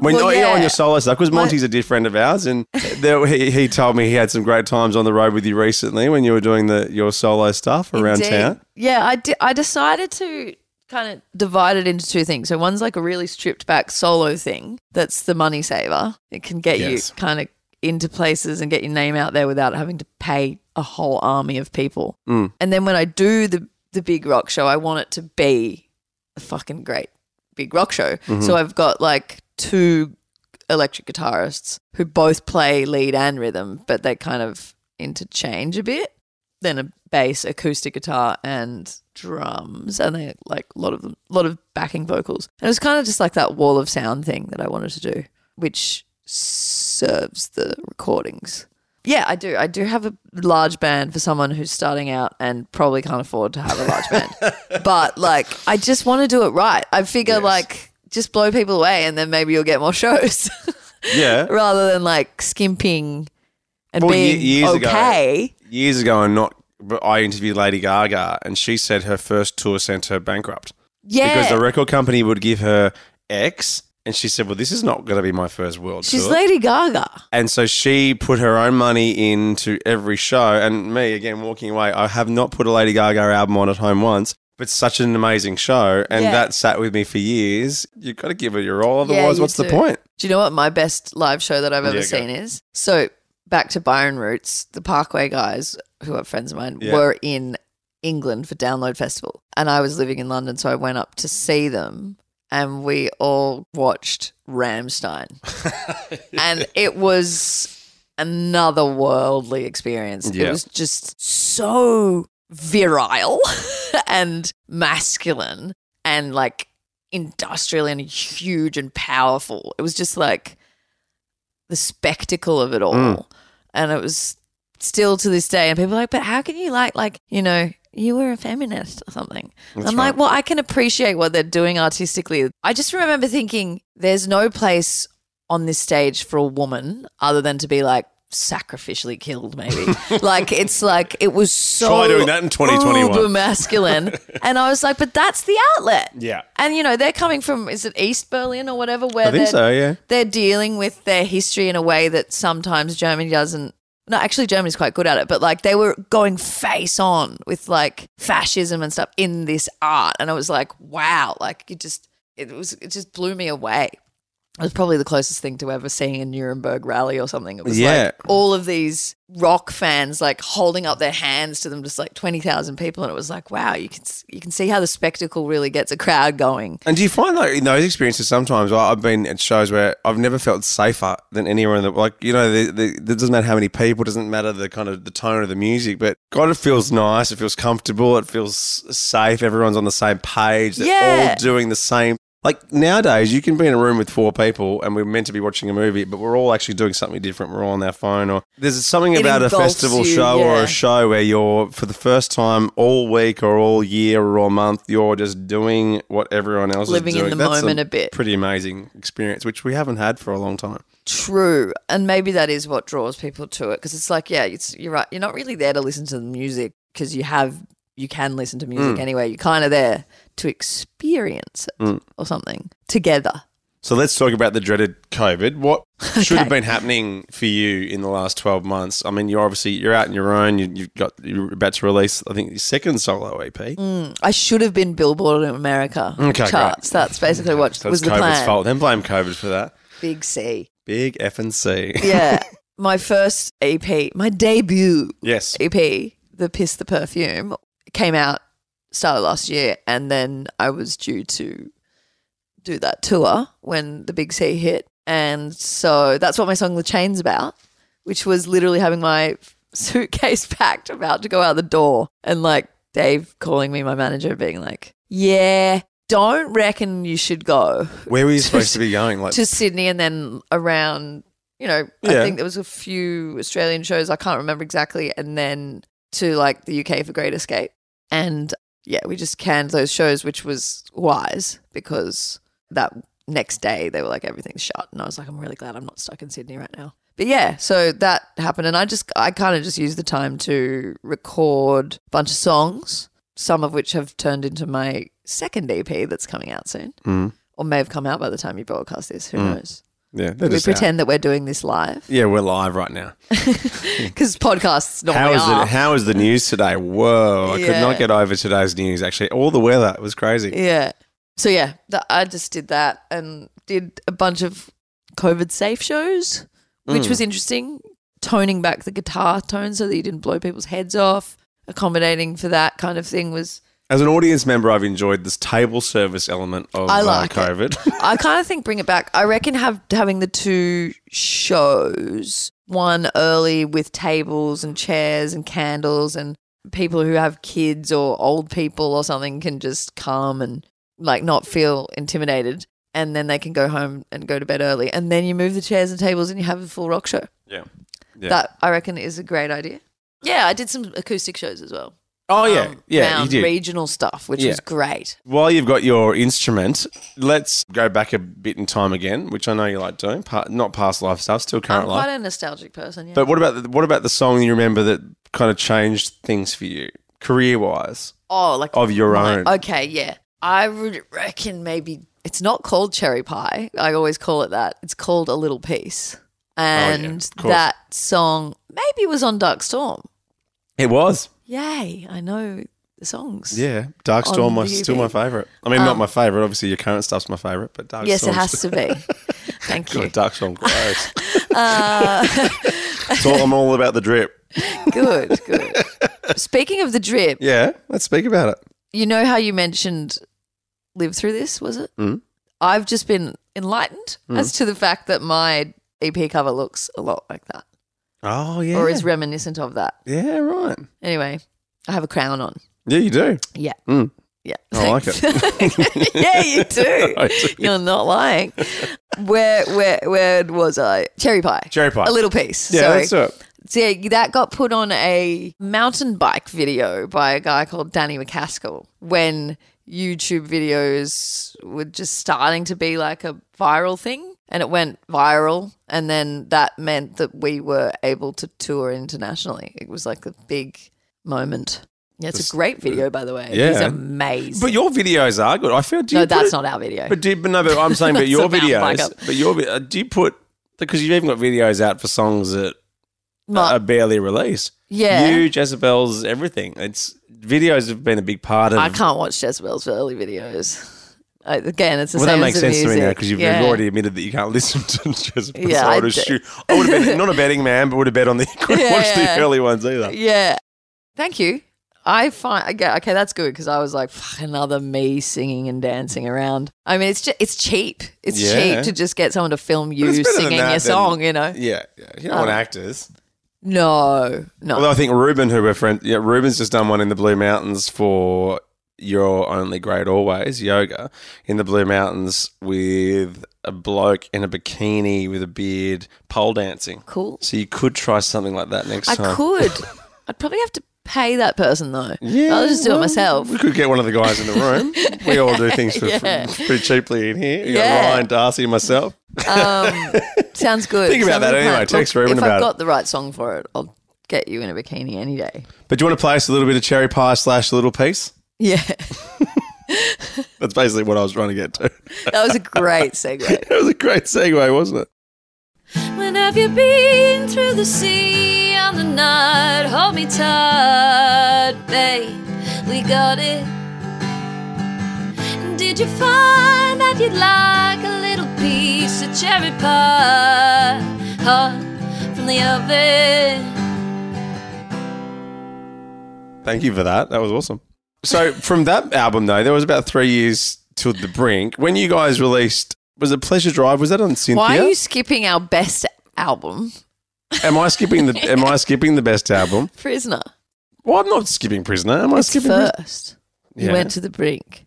Speaker 4: When
Speaker 1: well,
Speaker 4: oh, yeah,
Speaker 1: yeah.
Speaker 4: on your solo stuff, because Monty's a dear friend of ours, and there, he, he told me he had some great times on the road with you recently when you were doing the your solo stuff around
Speaker 1: Indeed.
Speaker 4: town.
Speaker 1: Yeah, I, di- I decided to kind of divide it into two things. So one's like a really stripped back solo thing that's the money saver. It can get
Speaker 4: Yes.
Speaker 1: you kind of into places and get your name out there without having to pay a whole army of people.
Speaker 4: Mm.
Speaker 1: And then when I do the the big rock show, I want it to be a fucking great big rock show.
Speaker 4: Mm-hmm.
Speaker 1: So I've got like two electric guitarists who both play lead and rhythm, but they kind of interchange a bit. Then a bass, acoustic guitar, and drums, and they like a lot of them, a lot of backing vocals. And it was kind of just like that wall of sound thing that I wanted to do, which serves the recordings. Yeah, I do. I do have a large band for someone who's starting out and probably can't afford to have a large band. But like, I just want to do it right. I figure like just blow people away, and then maybe you'll get more shows
Speaker 4: Yeah,
Speaker 1: rather than like skimping and
Speaker 4: Well, ye-
Speaker 1: being
Speaker 4: years ago-
Speaker 1: okay.
Speaker 4: years ago, and not. But I interviewed Lady Gaga, and she said her first tour sent her bankrupt
Speaker 1: Yeah,
Speaker 4: because the record company would give her X, and she said, "Well, this is not going to be my first world
Speaker 1: she's
Speaker 4: tour."
Speaker 1: Lady Gaga.
Speaker 4: And so she put her own money into every show. And me, again, walking away, I have not put a Lady Gaga album on at home once, but such an amazing show. And
Speaker 1: Yeah.
Speaker 4: that sat with me for years. You've got to give it your all.
Speaker 1: Yeah,
Speaker 4: Otherwise,
Speaker 1: you
Speaker 4: what's the
Speaker 1: do.
Speaker 4: point?
Speaker 1: Do you know what my best live show that I've ever
Speaker 4: Yeah, go.
Speaker 1: seen is? So back to Byron Roots, the Parkway guys, who are friends of mine,
Speaker 4: Yeah.
Speaker 1: were in England for Download Festival. And I was living in London, so I went up to see them and we all watched Ramstein. and it was another worldly experience. It
Speaker 4: Yeah.
Speaker 1: was just so virile and masculine and like industrial and huge and powerful. It was just like the spectacle of it all.
Speaker 4: Mm.
Speaker 1: And it was still to this day. And people are like, but how can you like, like, you know, you were a feminist or something. I'm like, well, I can appreciate what they're doing artistically. I just remember thinking there's no place on this stage for a woman other than to be like sacrificially killed, maybe. like, it's like, it was so
Speaker 4: Try doing that in 2021.
Speaker 1: uber masculine. and I was like, but that's the outlet.
Speaker 4: Yeah.
Speaker 1: And, you know, they're coming from, is it East Berlin or whatever, where
Speaker 4: I think
Speaker 1: they're
Speaker 4: so, yeah.
Speaker 1: they're dealing with their history in a way that sometimes Germany doesn't. No, actually, Germany's quite good at it, but like they were going face on with like fascism and stuff in this art. And I was like, wow, like it just, it was, it just blew me away. It was probably the closest thing to ever seeing a Nuremberg rally or something. It was
Speaker 4: Yeah.
Speaker 1: like all of these rock fans like holding up their hands to them, just like 20,000 people. And it was like, wow, you can, s- you can see how the spectacle really gets a crowd going.
Speaker 4: And do you find like in those experiences sometimes I- I've been at shows where I've never felt safer than anywhere in the like you know the, the, it doesn't matter how many people doesn't matter the kind of the tone of the music but God it feels nice it feels comfortable it feels safe everyone's on the same page they're
Speaker 1: Yeah.
Speaker 4: all doing the same like nowadays you can be in a room with four people and we're meant to be watching a movie but we're all actually doing something different we're all on our phone or there's something
Speaker 1: It
Speaker 4: about a
Speaker 1: engulfs
Speaker 4: festival
Speaker 1: you,
Speaker 4: show or
Speaker 1: yeah.
Speaker 4: a show where you're for the first time all week or all year or all month you're just doing what everyone else
Speaker 1: Living
Speaker 4: is
Speaker 1: in
Speaker 4: doing.
Speaker 1: the
Speaker 4: That's
Speaker 1: moment a bit.
Speaker 4: pretty amazing experience which we haven't had for a long time
Speaker 1: True, and maybe that is what draws people to it because it's like, yeah, it's you're right. You're not really there to listen to the music because you have you can listen to
Speaker 4: Mm.
Speaker 1: music anyway. You're kind of there to experience it
Speaker 4: Mm.
Speaker 1: or something together.
Speaker 4: so let's talk about the dreaded covid what should
Speaker 1: Okay.
Speaker 4: have been happening for you in the last 12 months i mean you're obviously you're out on your own you, you've got you're about to release i think your second solo E ep
Speaker 1: Mm, I should have been Billboard in America
Speaker 4: Okay,
Speaker 1: charts. That's basically what
Speaker 4: so
Speaker 1: was
Speaker 4: it's
Speaker 1: the
Speaker 4: covid's
Speaker 1: plan.
Speaker 4: fault then blame covid for that
Speaker 1: Big C.
Speaker 4: big f and c
Speaker 1: Yeah, my first EP, my debut
Speaker 4: yes
Speaker 1: EP, E The Piss the Perfume, came out started last year and then I was due to do that tour when the Big C hit. And so that's what my song The Chain's about, which was literally having my suitcase packed about to go out the door and like Dave calling me my manager being like, "Yeah, don't reckon you should go
Speaker 4: where were you supposed to be going like
Speaker 1: to Sydney and then around, you know, I
Speaker 4: Yeah.
Speaker 1: think there was a few Australian shows I can't remember exactly, and then to like the UK for Great Escape, and yeah, we just canned those shows, which was wise because that next day they were like everything's shut, and I was like, I'm really glad I'm not stuck in Sydney right now. But yeah, so that happened, and I just I kind of just used the time to record a bunch of songs, some of which have turned into my second EP that's coming out soon
Speaker 4: Mm.
Speaker 1: or may have come out by the time you broadcast this. Who knows?
Speaker 4: yeah they're
Speaker 1: We
Speaker 4: just out.
Speaker 1: pretend that we're doing this live
Speaker 4: yeah we're live right now
Speaker 1: because podcasts
Speaker 4: How
Speaker 1: normally
Speaker 4: is
Speaker 1: are.
Speaker 4: it? How is the news today? Whoa! I could
Speaker 1: Yeah.
Speaker 4: not get over today's news. Actually, all the weather was crazy.
Speaker 1: yeah. So yeah, th- I just did that and did a bunch of COVID safe shows,
Speaker 4: Mm.
Speaker 1: which was interesting. Toning back the guitar tone so that you didn't blow people's heads off, accommodating for that kind of thing was
Speaker 4: As an audience member, I've enjoyed this table service element of
Speaker 1: I
Speaker 4: uh,
Speaker 1: like it.
Speaker 4: COVID.
Speaker 1: I kind of think bring it back. I reckon have having the two shows, one early with tables and chairs and candles and people who have kids or old people or something can just come and like not feel intimidated and then they can go home and go to bed early and then you move the chairs and tables and you have a full rock show.
Speaker 4: yeah. Yeah.
Speaker 1: That I reckon is a great idea. Yeah, I did some acoustic shows as well.
Speaker 4: Oh yeah,
Speaker 1: Um,
Speaker 4: yeah. You
Speaker 1: found
Speaker 4: did.
Speaker 1: regional stuff, which
Speaker 4: Yeah.
Speaker 1: was great.
Speaker 4: While you've got your instrument, let's go back a bit in time again, which I know you like doing. Pa- not past life stuff, still current
Speaker 1: I'm
Speaker 4: life.
Speaker 1: quite a nostalgic person. Yeah.
Speaker 4: but what about the, what about the song you remember that kind of changed things for you, career wise,
Speaker 1: Oh, like
Speaker 4: of your
Speaker 1: my-
Speaker 4: own?
Speaker 1: Okay, yeah. I would reckon maybe it's not called cherry pie. I always call it that. It's called a little piece. And
Speaker 4: Oh, of course.
Speaker 1: that song maybe was on Dark Storm.
Speaker 4: it was.
Speaker 1: Yay, I know the songs.
Speaker 4: Yeah, Dark
Speaker 1: on
Speaker 4: Storm
Speaker 1: the
Speaker 4: was still my
Speaker 1: UV.
Speaker 4: favorite. I mean, not my favorite. Obviously, your current stuff's my favorite, but Dark
Speaker 1: Yes, it
Speaker 4: Storm's-
Speaker 1: has to be. Uh, Thank you.
Speaker 4: God, ducks on gross. so I'm all about the drip.
Speaker 1: Good, good. Speaking of the drip,
Speaker 4: Yeah, let's speak about it.
Speaker 1: you know how you mentioned live through this, was it?
Speaker 4: Mm.
Speaker 1: I've just been enlightened
Speaker 4: Hmm.
Speaker 1: as to the fact that my EP cover looks a lot like that
Speaker 4: Oh yeah,
Speaker 1: or is reminiscent of that.
Speaker 4: yeah, right.
Speaker 1: Anyway, I have a crown on.
Speaker 4: Yeah, you do.
Speaker 1: Yeah.
Speaker 4: Mm.
Speaker 1: Yeah.
Speaker 4: I like
Speaker 1: it. yeah, you do.
Speaker 4: I do.
Speaker 1: You're not lying. Where where where was I? Cherry pie.
Speaker 4: Cherry pie.
Speaker 1: A little piece.
Speaker 4: Yeah,
Speaker 1: Sorry.
Speaker 4: that's it.
Speaker 1: So yeah, that got put on a mountain bike video by a guy called Danny McCaskill when YouTube videos were just starting to be like a viral thing. And it went viral. And then that meant that we were able to tour internationally. It was like a big moment. Yeah, it's a great video, by the way. It's
Speaker 4: uh, yeah.
Speaker 1: amazing.
Speaker 4: But your videos are good. I feel. Do
Speaker 1: no,
Speaker 4: you put
Speaker 1: that's
Speaker 4: it-
Speaker 1: not our video.
Speaker 4: But do you, but no, but I'm saying, but
Speaker 1: That's
Speaker 4: your
Speaker 1: a mountain
Speaker 4: videos,
Speaker 1: biker.
Speaker 4: but your vi- uh, do you put because you've even got videos out for songs that
Speaker 1: My-
Speaker 4: are barely released.
Speaker 1: Yeah.
Speaker 4: you, Jezebel's, everything. It's videos have been a big part of.
Speaker 1: I can't watch Jezebel's early videos. I- Again, it's the
Speaker 4: Well,
Speaker 1: same
Speaker 4: that makes
Speaker 1: as the
Speaker 4: sense to me now
Speaker 1: music.
Speaker 4: because you've,
Speaker 1: Yeah.
Speaker 4: you've already admitted that you can't listen to Jezebel.
Speaker 1: Yeah,
Speaker 4: so I
Speaker 1: I
Speaker 4: would
Speaker 1: do.
Speaker 4: assume I would have been not a betting man, but would have bet on the you couldn't watch
Speaker 1: Yeah.
Speaker 4: the early ones either.
Speaker 1: Yeah. Thank you. I find yeah, okay, that's good because I was like, fuck another me singing and dancing around. I mean, it's just it's cheap. It's
Speaker 4: Yeah.
Speaker 1: cheap to just get someone to film
Speaker 4: it's
Speaker 1: you
Speaker 4: better than
Speaker 1: singing your
Speaker 4: that than-
Speaker 1: song. You know?
Speaker 4: Yeah, yeah. you
Speaker 1: Oh.
Speaker 4: don't want actors.
Speaker 1: No, no.
Speaker 4: Although I think Ruben, who we're friends, yeah, Ruben's just done one in the Blue Mountains for You're Only Great Always yoga in the Blue Mountains with a bloke in a bikini with a beard pole dancing.
Speaker 1: cool.
Speaker 4: So you could try something like that next
Speaker 1: I
Speaker 4: time.
Speaker 1: could. I'd probably have to pay that person though.
Speaker 4: Yeah,
Speaker 1: I'll just do it
Speaker 4: well,
Speaker 1: myself.
Speaker 4: We could get one of the guys in the room. we all do things for,
Speaker 1: Yeah.
Speaker 4: pretty cheaply in here. You
Speaker 1: Yeah.
Speaker 4: got Ryan, Darcy, and myself.
Speaker 1: Um, sounds good.
Speaker 4: Think about that
Speaker 1: Something
Speaker 4: anyway.
Speaker 1: like-
Speaker 4: Text
Speaker 1: Look,
Speaker 4: Ruben
Speaker 1: if
Speaker 4: about
Speaker 1: I've
Speaker 4: it.
Speaker 1: got the right song for it, I'll get you in a bikini any day.
Speaker 4: But do you want to play us a little bit of cherry pie slash little piece?
Speaker 1: Yeah,
Speaker 4: That's basically what I was trying to get to.
Speaker 1: that was a great segue.
Speaker 4: That was a great segue, wasn't it?
Speaker 6: When have you been through the sea on the night? Hold me tight, babe. We got it. And Did you find that you'd like a little piece of cherry pie hot from the oven?
Speaker 4: Thank you for that. That was awesome. So from that album though, there was about three years till the brink. When you guys released was it Pleasure Drive? Was that on Cynthia?
Speaker 1: Why are you skipping our best album,
Speaker 4: am I skipping the am I skipping the best album?
Speaker 1: Prisoner?
Speaker 4: Well, I'm not skipping Prisoner. Am I skipping Prisoner?
Speaker 1: First, you
Speaker 4: Yeah.
Speaker 1: went to the brink,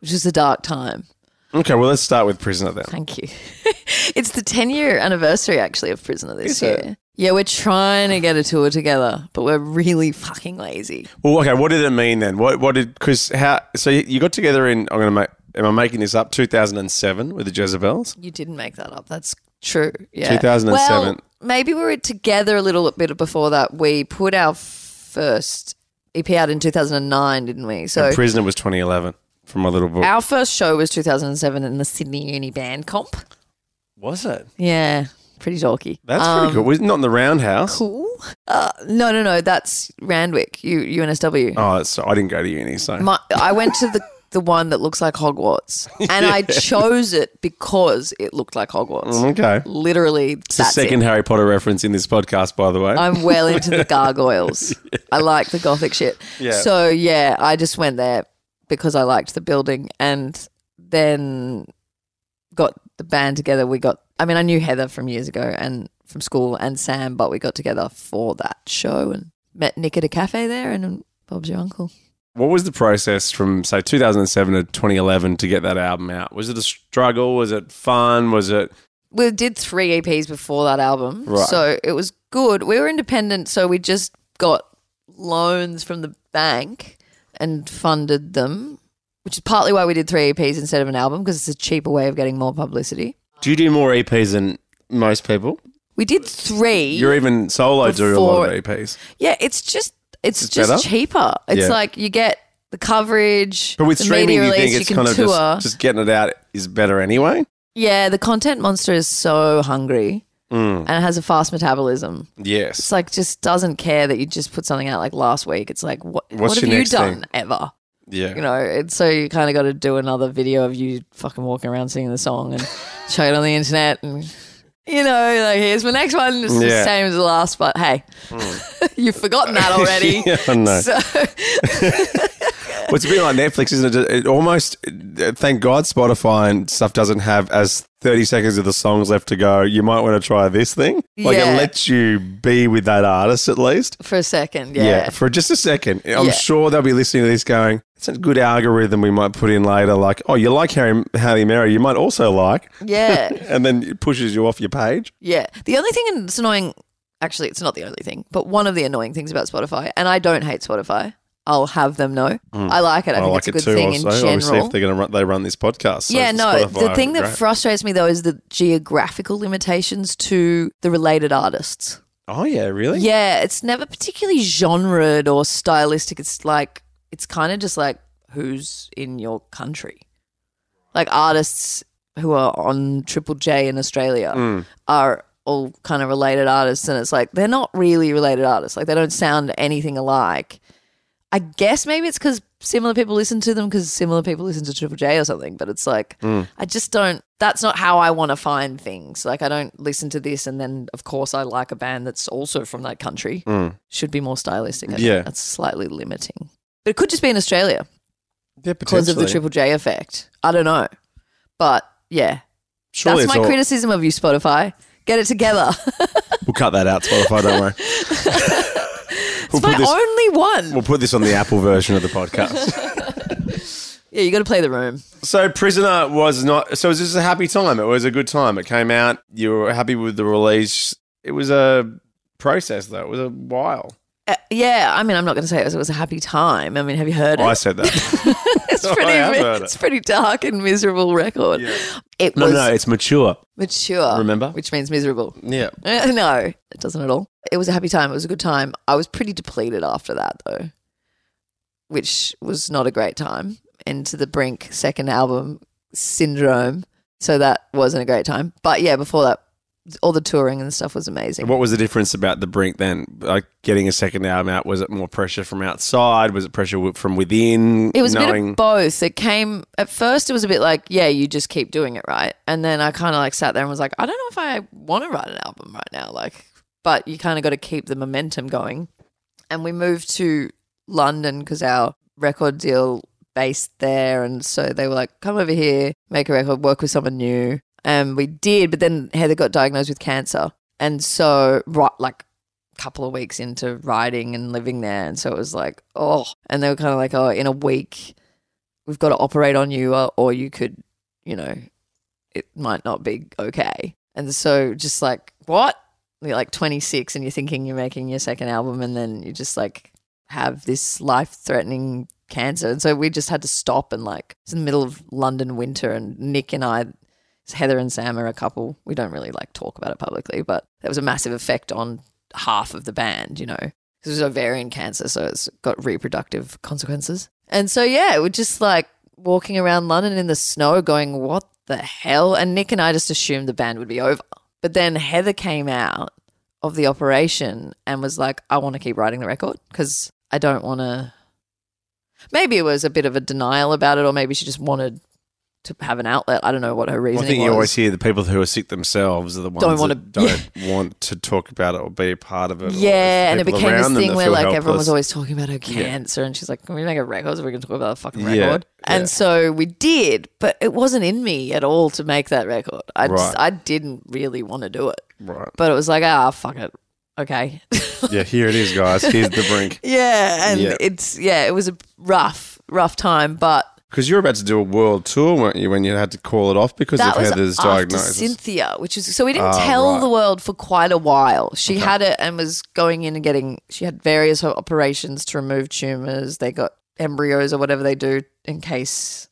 Speaker 1: which was a dark time.
Speaker 4: Okay, well let's start with Prisoner then.
Speaker 1: Thank you. it's the 10 year anniversary, actually, of Prisoner this
Speaker 4: Is
Speaker 1: year.
Speaker 4: it?
Speaker 1: Yeah, we're trying to get a tour together, but we're really fucking lazy.
Speaker 4: Well, okay, what did it mean then? What what did cause how so you you got together in I'm gonna make am I making this up? Two thousand and seven with the Jezebels?
Speaker 1: You didn't make that up. That's true. Yeah.
Speaker 4: 2007.
Speaker 1: Well, maybe we were together a little bit before that. We put our first EP out in 2009, didn't we? So
Speaker 4: and Prisoner was twenty eleven from my little book.
Speaker 1: our first show was 2007 in the Sydney Uni Band Comp.
Speaker 4: was it?
Speaker 1: Yeah, pretty talky.
Speaker 4: That's pretty cool. Was it not in the roundhouse?
Speaker 1: Um, cool. Uh, no, no, no. That's Randwick, U- UNSW.
Speaker 4: Oh, so I didn't go to uni, so
Speaker 1: My, I went to the, the one that looks like Hogwarts, and I chose it because it looked like Hogwarts.
Speaker 4: okay.
Speaker 1: Literally,
Speaker 4: Mm-hmm. the
Speaker 1: that's
Speaker 4: second
Speaker 1: it.
Speaker 4: Harry Potter reference in this podcast, by the way.
Speaker 1: I'm well into the gargoyles. I like the gothic shit.
Speaker 4: Yeah.
Speaker 1: So yeah, I just went there because I liked the building, and then got the band together. We got. I mean, I knew Heather from years ago and from school, and Sam, but we got together for that show and met Nick at a cafe there, and Bob's your uncle.
Speaker 4: what was the process from say 2007 to 2011 to get that album out? Was it a struggle? Was it fun? Was it
Speaker 1: we did three EPs before that album,
Speaker 4: Right.
Speaker 1: so it was good. We were independent, so we just got loans from the bank and funded them, which is partly why we did three EPs instead of an album because it's a cheaper way of getting more publicity.
Speaker 4: Do you do more EPs than most people?
Speaker 1: We did three.
Speaker 4: You're even solo do a lot of E EPs.
Speaker 1: yeah, it's just it's,
Speaker 4: It's
Speaker 1: just
Speaker 4: better?
Speaker 1: cheaper. It's
Speaker 4: Yeah.
Speaker 1: like you get the coverage,
Speaker 4: But with
Speaker 1: the
Speaker 4: streaming
Speaker 1: media
Speaker 4: you
Speaker 1: release,
Speaker 4: think
Speaker 1: you
Speaker 4: it's
Speaker 1: can
Speaker 4: kind of
Speaker 1: tour.
Speaker 4: just, just getting it out is better anyway?
Speaker 1: yeah, the content monster is so hungry and it has a fast metabolism. it's
Speaker 4: Mm, Yes.
Speaker 1: like just doesn't care that you just put something out like last week. It's like what
Speaker 4: What's
Speaker 1: what have
Speaker 4: your
Speaker 1: you
Speaker 4: next
Speaker 1: done
Speaker 4: thing?
Speaker 1: ever?
Speaker 4: Yeah.
Speaker 1: You know, and so you kind of got to do another video of you fucking walking around singing the song and chuck it on the internet and you know, like here's my next one. It's the
Speaker 4: Yeah. Hmm.
Speaker 1: same as the last, but hey, you've forgotten that already.
Speaker 4: I know.
Speaker 1: So
Speaker 4: Well, it's a bit like Netflix, isn't it? It almost, thank God, Spotify and stuff doesn't have as thirty seconds of the songs left to go. You might want to try this thing. Like
Speaker 1: Yeah.
Speaker 4: it lets you be with that artist at least.
Speaker 1: for a second,
Speaker 4: Yeah,
Speaker 1: yeah.
Speaker 4: for just a second. I'm
Speaker 1: Yeah.
Speaker 4: sure they'll be listening to this going. It's a good algorithm we might put in later. Like, oh, you like Harry, Harry Mary, you might also like,
Speaker 1: Yeah.
Speaker 4: and then it pushes you off your page.
Speaker 1: Yeah. The only thing that's annoying, actually, it's not the only thing, but one of the annoying things about Spotify, and I don't hate Spotify. I'll have them know. I like it. I,
Speaker 4: Mm. I,
Speaker 1: think
Speaker 4: like
Speaker 1: it's a
Speaker 4: it
Speaker 1: good
Speaker 4: too.
Speaker 1: thing
Speaker 4: also,
Speaker 1: in
Speaker 4: obviously,
Speaker 1: general.
Speaker 4: if they're going to run, they run this podcast. So
Speaker 1: yeah, no.
Speaker 4: Spotify
Speaker 1: the thing that
Speaker 4: would be great.
Speaker 1: frustrates me though is the geographical limitations to the related artists.
Speaker 4: oh yeah, really?
Speaker 1: Yeah, it's never particularly genred or stylistic. It's like it's kind of just like who's in your country. Like artists who are on Triple J in Australia are all kind of related artists and it's like they're not really related artists. Like they don't sound anything alike. I guess maybe it's cuz similar people listen to them cuz similar people listen to Triple J or something, but it's like
Speaker 4: Mm.
Speaker 1: I just don't that's not how I want to find things. Like I don't listen to this and then of course I like a band that's also from that country. Should be more stylistic. I think.
Speaker 4: Mm. Yeah.
Speaker 1: That's slightly limiting. But it could just be in Australia
Speaker 4: yeah,
Speaker 1: because of the
Speaker 4: potentially.
Speaker 1: Triple J effect. I don't know. But yeah,
Speaker 4: Surely
Speaker 1: that's
Speaker 4: it's
Speaker 1: my
Speaker 4: all-
Speaker 1: criticism of you, Spotify. Get it together.
Speaker 4: We'll cut that out, Spotify. Don't worry. we'll
Speaker 1: it's my
Speaker 4: put this.
Speaker 1: only one.
Speaker 4: We'll put this on the Apple version of the podcast.
Speaker 1: yeah, you got to play the room.
Speaker 4: so, Prisoner was not. So, it was just a happy time. It was a good time. It came out. You were happy with the release. It was a process, though. It was a while.
Speaker 1: Uh, yeah, I mean, I'm not going to say it was, it was a happy time. I mean, have you heard it?
Speaker 4: I said that.
Speaker 1: it's
Speaker 4: Oh, I
Speaker 1: pretty,
Speaker 4: have
Speaker 1: mi-
Speaker 4: heard it.
Speaker 1: it's pretty dark and miserable record. It
Speaker 4: no,
Speaker 1: was
Speaker 4: no, it's mature.
Speaker 1: mature.
Speaker 4: Remember?
Speaker 1: which means miserable.
Speaker 4: Yeah.
Speaker 1: Uh, no, it doesn't at all. It was a happy time. It was a good time. I was pretty depleted after that, though, which was not a great time. And to the brink, second album syndrome. So that wasn't a great time. But yeah, before that, all the touring and stuff was amazing.
Speaker 4: What was the difference about the brink then? Like getting a second album out, was it more pressure from outside? Was it pressure w- from within?
Speaker 1: It was a bit
Speaker 4: Um, knowing
Speaker 1: of both. It came at first. It was a bit like, yeah, you just keep doing it, right? And then I kind of like sat there and was like, I don't know if I want to write an album right now. Like, but you kind of got to keep the momentum going. And we moved to London because our record deal based there, and so they were like, come over here, make a record, work with someone new. And we did, but then Heather got diagnosed with cancer, and so right, like couple of weeks into writing and living there. And so it was like, oh, and they were kind of like, oh, in a week, we've got to operate on you, or, or you could, you know, it might not be okay. And so just like, what? You're like 26 and you're thinking you're making your second album, and then you just like have this life threatening cancer. And so we just had to stop and like, it's in the middle of London winter, and Nick and I, Heather and Sam are a couple. We don't really like talk about it publicly, but that was a massive effect on half of the band, you know, because it was ovarian cancer, so it's got reproductive consequences. And so, yeah, we're just like walking around London in the snow going, what the hell? And Nick and I just assumed the band would be over. But then Heather came out of the operation and was like, I want to keep writing the record because I don't want to. Maybe it was a bit of a denial about it, or maybe she just wanted to have an outlet. I don't know what her
Speaker 4: Well,
Speaker 1: reasoning
Speaker 4: I think
Speaker 1: was.
Speaker 4: you always hear the people who are sick themselves are the ones
Speaker 1: Don't
Speaker 4: don't
Speaker 1: wanna-
Speaker 4: want to, don't want to talk about it or be a part of it. or
Speaker 1: Yeah,
Speaker 4: it's
Speaker 1: and it
Speaker 4: people
Speaker 1: became this
Speaker 4: around them
Speaker 1: thing
Speaker 4: that
Speaker 1: where
Speaker 4: feel
Speaker 1: like everyone
Speaker 4: helpless.
Speaker 1: was always talking about her cancer, and she's like, "Can we make a record so we can talk about the fucking
Speaker 4: Yeah,
Speaker 1: record?" And
Speaker 4: yeah.
Speaker 1: so we did, but it wasn't in me at all to make that record. I
Speaker 4: Right.
Speaker 1: just, I didn't really want to do it,
Speaker 4: right.
Speaker 1: but it was like, ah, fuck it, okay,
Speaker 4: Yeah, here it is, guys. Here's the brink.
Speaker 1: yeah, and
Speaker 4: Yeah.
Speaker 1: it's yeah, it was a rough, rough time, but
Speaker 4: Because you were about to do a world tour, weren't you? When you had to call it off because
Speaker 1: that
Speaker 4: of
Speaker 1: was
Speaker 4: Heather's
Speaker 1: after
Speaker 4: diagnosis.
Speaker 1: Cynthia, which is so we didn't
Speaker 4: Ah,
Speaker 1: tell
Speaker 4: right.
Speaker 1: the world for quite a while. She had it and was going in and getting. She had various operations to remove tumors. They got embryos or whatever they do in case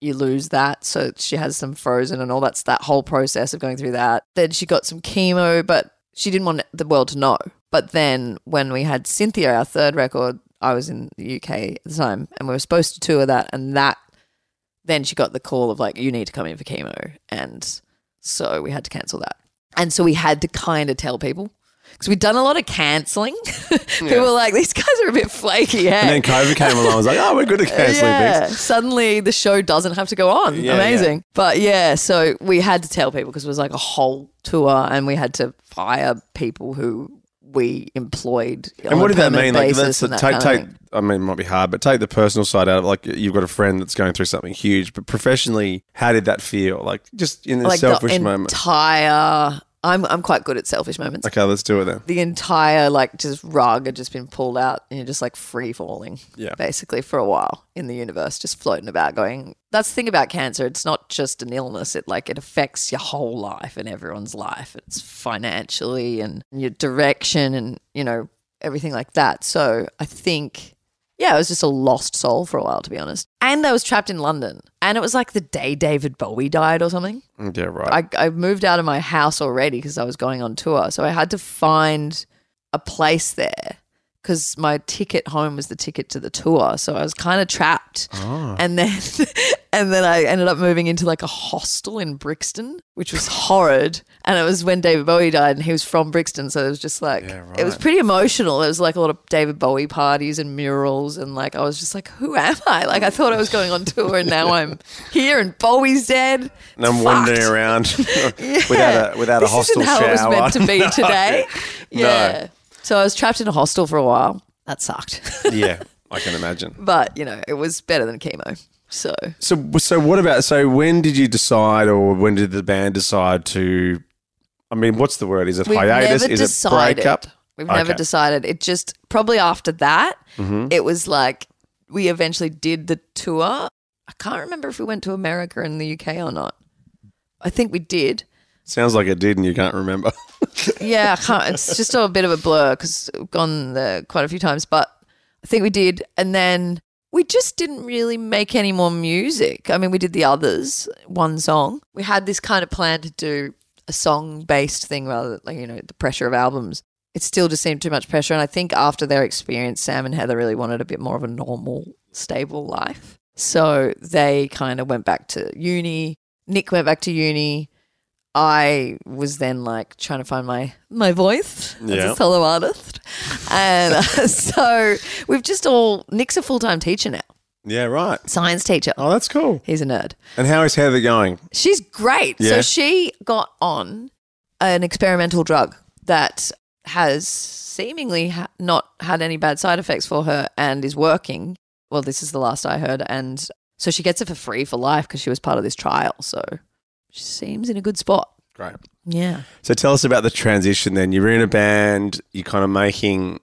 Speaker 1: you lose that. So she has them frozen and all that's that whole process of going through that. Then she got some chemo, but she didn't want the world to know. But then when we had Cynthia, our third record, I was in the UK at the time and we were supposed to tour that and that then she got the call of like you need to come in for chemo and so we had to cancel that and so we had to kind of tell people because we'd done a lot of cancelling. People were like, these guys are a bit flaky. Hey?
Speaker 4: And then COVID came along. I was like, oh, we're good at cancelling
Speaker 1: yeah.
Speaker 4: things.
Speaker 1: Suddenly the show doesn't have to go on.
Speaker 4: Yeah,
Speaker 1: Amazing. But yeah, so we had to tell people because it was like a whole tour and we had to fire people who we employed.
Speaker 4: And what did that mean? Like,
Speaker 1: that's
Speaker 4: that's the, take, take. I mean, it might be hard, but take the personal side out. of it. Like, you've got a friend that's going through something huge, but professionally, how did that feel? Like, just in the
Speaker 1: like
Speaker 4: selfish
Speaker 1: the
Speaker 4: moment.
Speaker 1: entire. I'm I'm quite good at selfish moments.
Speaker 4: okay, let's do it then.
Speaker 1: the entire like just rug had just been pulled out and you're just like free falling
Speaker 4: Yeah.
Speaker 1: basically for a while in the universe just floating about going that's the thing about cancer it's not just an illness it like it affects your whole life and everyone's life it's financially and your direction and you know everything like that so i think yeah, I was just a lost soul for a while, to be honest. And I was trapped in London. And it was like the day David Bowie died or something.
Speaker 4: Mm, Yeah, right.
Speaker 1: I, I moved out of my house already because I was going on tour. So I had to find a place there because my ticket home was the ticket to the tour. So I was kind of trapped. And then and then I ended up moving into like a hostel in Brixton, which was horrid. And it was when David Bowie died and he was from Brixton. So it was just like, it was pretty emotional. There was like a lot of David Bowie parties and murals. And like, I was just like, who am I? Like, I thought I was going on tour and now I'm here and Bowie's dead.
Speaker 4: and I'm
Speaker 1: It's
Speaker 4: wandering
Speaker 1: fucked.
Speaker 4: around
Speaker 1: Yeah.
Speaker 4: without a without
Speaker 1: this
Speaker 4: a hostel
Speaker 1: isn't how
Speaker 4: shower.
Speaker 1: it was meant to be
Speaker 4: No.
Speaker 1: today.
Speaker 4: No.
Speaker 1: Yeah. So I was trapped in a hostel for a while. That sucked.
Speaker 4: yeah, I can imagine.
Speaker 1: but, you know, it was better than chemo. So
Speaker 4: So, so what about? So, when did you decide, or when did the band decide to? I mean, what's the word? Is it
Speaker 1: we've
Speaker 4: hiatus?
Speaker 1: never
Speaker 4: Is
Speaker 1: decided.
Speaker 4: it breakup?
Speaker 1: We've never
Speaker 4: Okay. Mm-hmm.
Speaker 1: decided. It just probably after that, it was like we eventually did the tour. I can't remember if we went to America and the UK or not. I think we did.
Speaker 4: Sounds like it did, and you can't remember.
Speaker 1: yeah, I can't. It's just a bit of a blur because we've gone there quite a few times, but I think we did. And then we just didn't really make any more music. I mean, we did the others, one song. We had this kind of plan to do a song based thing rather than, like, you know, the pressure of albums. It still just seemed too much pressure. And I think after their experience, Sam and Heather really wanted a bit more of a normal, stable life. So they kind of went back to uni. Nick went back to uni. I was then like trying to find my my voice as
Speaker 4: Yeah.
Speaker 1: a solo artist, and uh, so we've just all Nick's a full time teacher now,
Speaker 4: yeah, right.
Speaker 1: science teacher.
Speaker 4: Oh, that's cool.
Speaker 1: He's a nerd.
Speaker 4: And how is Heather going?
Speaker 1: She's great. So
Speaker 4: Yeah.
Speaker 1: she got on an experimental drug that has seemingly ha- not had any bad side effects for her and is working. Well, this is the last I heard, and so she gets it for free for life because she was part of this trial. So she seems in a good spot.
Speaker 4: Great.
Speaker 1: Yeah.
Speaker 4: So tell us about the transition then. You're in a band, you're kind of making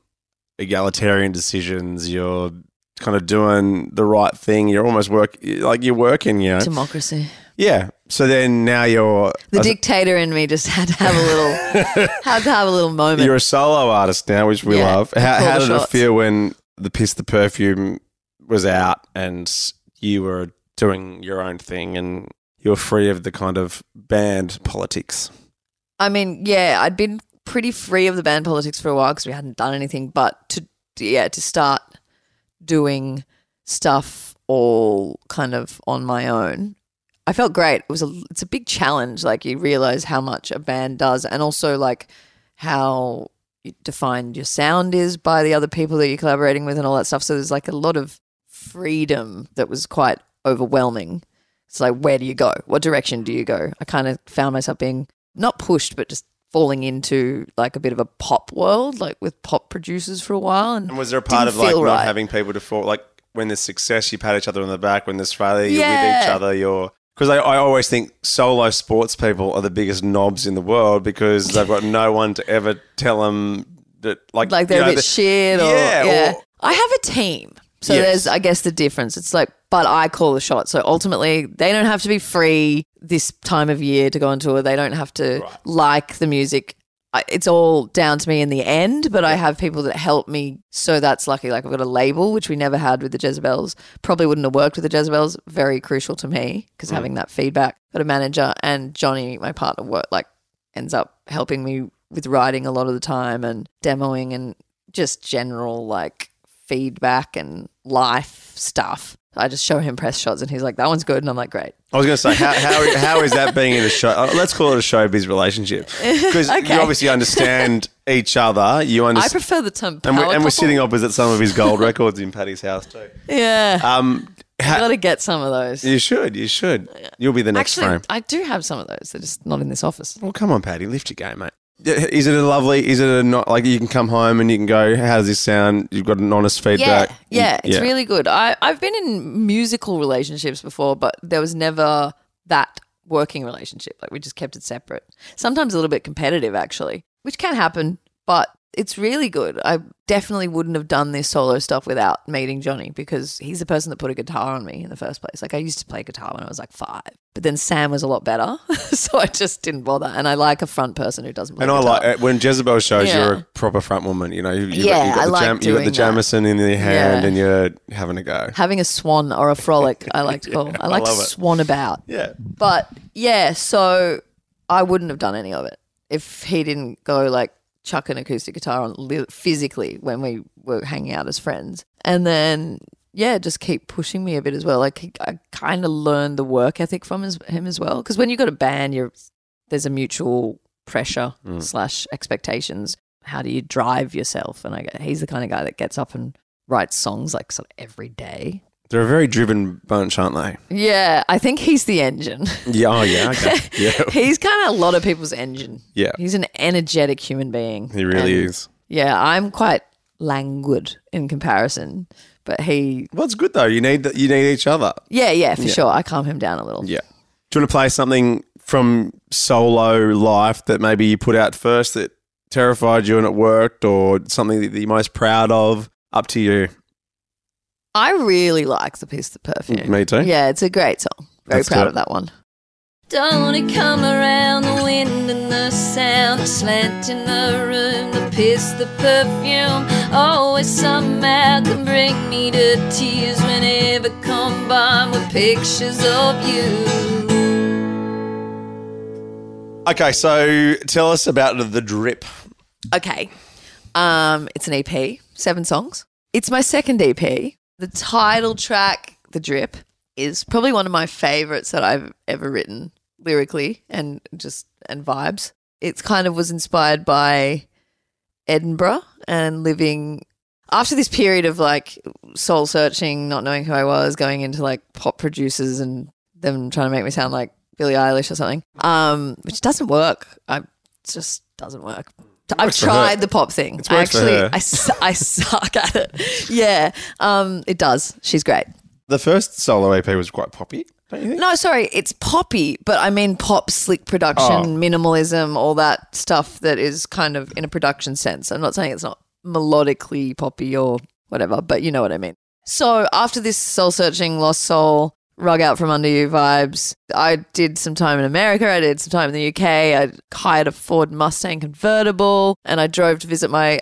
Speaker 4: egalitarian decisions, you're kind of doing the right thing, you're almost work like you're working, you know.
Speaker 1: Democracy.
Speaker 4: Yeah. So then now you're
Speaker 1: The
Speaker 4: a-
Speaker 1: dictator in me just had to have a little had to have a little moment.
Speaker 4: you're a solo artist now, which we
Speaker 1: Yeah,
Speaker 4: love.
Speaker 1: I
Speaker 4: How,
Speaker 1: call
Speaker 4: how
Speaker 1: the
Speaker 4: did it
Speaker 1: shots.
Speaker 4: feel when the Piss the Perfume was out and you were doing your own thing and you were free of the kind of band politics?
Speaker 1: I mean, yeah, I'd been pretty free of the band politics for a while because we hadn't done anything, but to yeah, to start doing stuff all kind of on my own. I felt great. It was a it's a big challenge like you realize how much a band does and also like how you defined your sound is by the other people that you're collaborating with and all that stuff. So there's like a lot of freedom that was quite overwhelming. It's like, where do you go? What direction do you go? I kind of found myself being not pushed, but just falling into like a bit of a pop world, like with pop producers for a while. And,
Speaker 4: And was there a part
Speaker 1: didn't
Speaker 4: of like
Speaker 1: feel
Speaker 4: not
Speaker 1: right.
Speaker 4: having people to fall like when there's success, you pat each other on the back. When there's failure, you're
Speaker 1: Yeah.
Speaker 4: with each other. You're because I, I always think solo sports people are the biggest knobs in the world because they've got no one to ever tell them that like
Speaker 1: like they're
Speaker 4: you know,
Speaker 1: a bit
Speaker 4: the-
Speaker 1: shit or
Speaker 4: yeah,
Speaker 1: yeah,
Speaker 4: or-
Speaker 1: I have a team. So
Speaker 4: Yes.
Speaker 1: there's I guess the difference. It's like but I call the shot. So ultimately they don't have to be free this time of year to go on tour. They don't have to like the music. I- It's all down to me in the end, but I have people that help me. So that's lucky. Like I've got a label, which we never had with the Jezebels. Probably wouldn't have worked with the Jezebels. Very crucial to me
Speaker 4: Mm.
Speaker 1: because having that feedback. Got a manager and Johnny, my partner, work like ends up helping me with writing a lot of the time and demoing and just general like feedback and life stuff. I just show him press shots and he's like, that one's good. And I'm like, great.
Speaker 4: I was going to say, how, how, how is that being in a show? uh, Let's call it a showbiz relationship. Because
Speaker 1: Okay.
Speaker 4: you obviously understand each other. You
Speaker 1: I
Speaker 4: understand.
Speaker 1: prefer the term power
Speaker 4: And we're, and
Speaker 1: couple.
Speaker 4: we're sitting opposite some of his gold records in Paddy's house, too.
Speaker 1: Yeah.
Speaker 4: Um,
Speaker 1: I got to get some of those.
Speaker 4: you should. You should. You'll be the next
Speaker 1: Actually,
Speaker 4: frame.
Speaker 1: I do have some of those. They're just not in this office.
Speaker 4: Well, come on, Paddy, lift your game, mate. Yeah, Is it a lovely? Is it a not like you can come home and you can go? How does this sound? You've got an honest
Speaker 1: Yeah,
Speaker 4: feedback.
Speaker 1: yeah, it's
Speaker 4: Yeah.
Speaker 1: really good. I, I've been in musical relationships before, but there was never that working relationship. Like we just kept it separate. Sometimes a little bit competitive, actually, which can happen, but it's really good. I definitely wouldn't have done this solo stuff without meeting Johnny because he's the person that put a guitar on me in the first place. Like I used to play guitar when I was like five, but then Sam was a lot better, so I just didn't bother. And I like a front person who doesn't. Play
Speaker 4: And I
Speaker 1: guitar.
Speaker 4: like eh. it. when Jezebel shows
Speaker 1: Yeah.
Speaker 4: you're a proper front woman. You know, you, you've,
Speaker 1: Yeah,
Speaker 4: got, you've
Speaker 1: I
Speaker 4: got the
Speaker 1: like
Speaker 4: jam, you've got
Speaker 1: doing
Speaker 4: the
Speaker 1: that.
Speaker 4: Jamison in your hand,
Speaker 1: Yeah.
Speaker 4: and you're having a go.
Speaker 1: having a swan or a frolic. I like to call. I like to
Speaker 4: love it.
Speaker 1: swan about.
Speaker 4: Yeah,
Speaker 1: But yeah, so I wouldn't have done any of it if he didn't go like chuck an acoustic guitar on li- physically when we were hanging out as friends. And then yeah, just keep pushing me a bit as well. Like he, I kind of learned the work ethic from his, him as well. Because when you got a band, you're there's a mutual pressure slash expectations. How do you drive yourself? And I, go- he's the kind of guy that gets up and writes songs like sort of every day.
Speaker 4: they're a very driven bunch, aren't they?
Speaker 1: Yeah, I think he's the engine.
Speaker 4: Yeah. Oh, yeah. Okay. Yeah.
Speaker 1: He's kind of a lot of people's engine.
Speaker 4: Yeah.
Speaker 1: He's an energetic human being.
Speaker 4: He really
Speaker 1: And,
Speaker 4: is.
Speaker 1: Yeah, I'm quite languid in comparison, but he,
Speaker 4: Well, it's good though. You need that. You need each other.
Speaker 1: yeah, yeah, for sure. I calm him down a little.
Speaker 4: Yeah. Do you want to play something from solo life that maybe you put out first that terrified you and it worked, or something that you're most proud of? Up to you.
Speaker 1: I really like the piece of perfume.
Speaker 4: Me too.
Speaker 1: Yeah, it's a great song. Very
Speaker 4: Let's do
Speaker 1: proud
Speaker 4: it.
Speaker 1: of that one.
Speaker 6: Don't it come around the wind and the sound, the slant in the room, the piss, the perfume. Always somehow can bring me to tears whenever combined with pictures of you.
Speaker 4: Okay, so tell us about the drip.
Speaker 1: Okay. Um, it's an EP, seven songs. It's my second EP. The title track, The Drip, is probably one of my favorites that I've ever written lyrically and just and vibes. It's kind of was inspired by Edinburgh and living after this period of like soul searching, not knowing who I was, going into like pop producers and them trying to make me sound like Billie Eilish or something, um, which doesn't work. I it just doesn't work. I've
Speaker 4: works for her.
Speaker 1: tried the pop thing.
Speaker 4: It's
Speaker 1: I
Speaker 4: worked for
Speaker 1: actually,
Speaker 4: her.
Speaker 1: I, su- I suck at it. Yeah, um, it does. She's great.
Speaker 4: The first solo EP was quite poppy, don't you think?
Speaker 1: No, sorry, it's poppy, but I mean pop, slick production,
Speaker 4: Oh.
Speaker 1: minimalism, all that stuff that is kind of in a production sense. I'm not saying it's not melodically poppy or whatever, but you know what I mean. So after this soul searching, lost soul, rug out from under you vibes, I did some time in America. I did some time in the UK. I hired a Ford Mustang convertible and I drove to visit my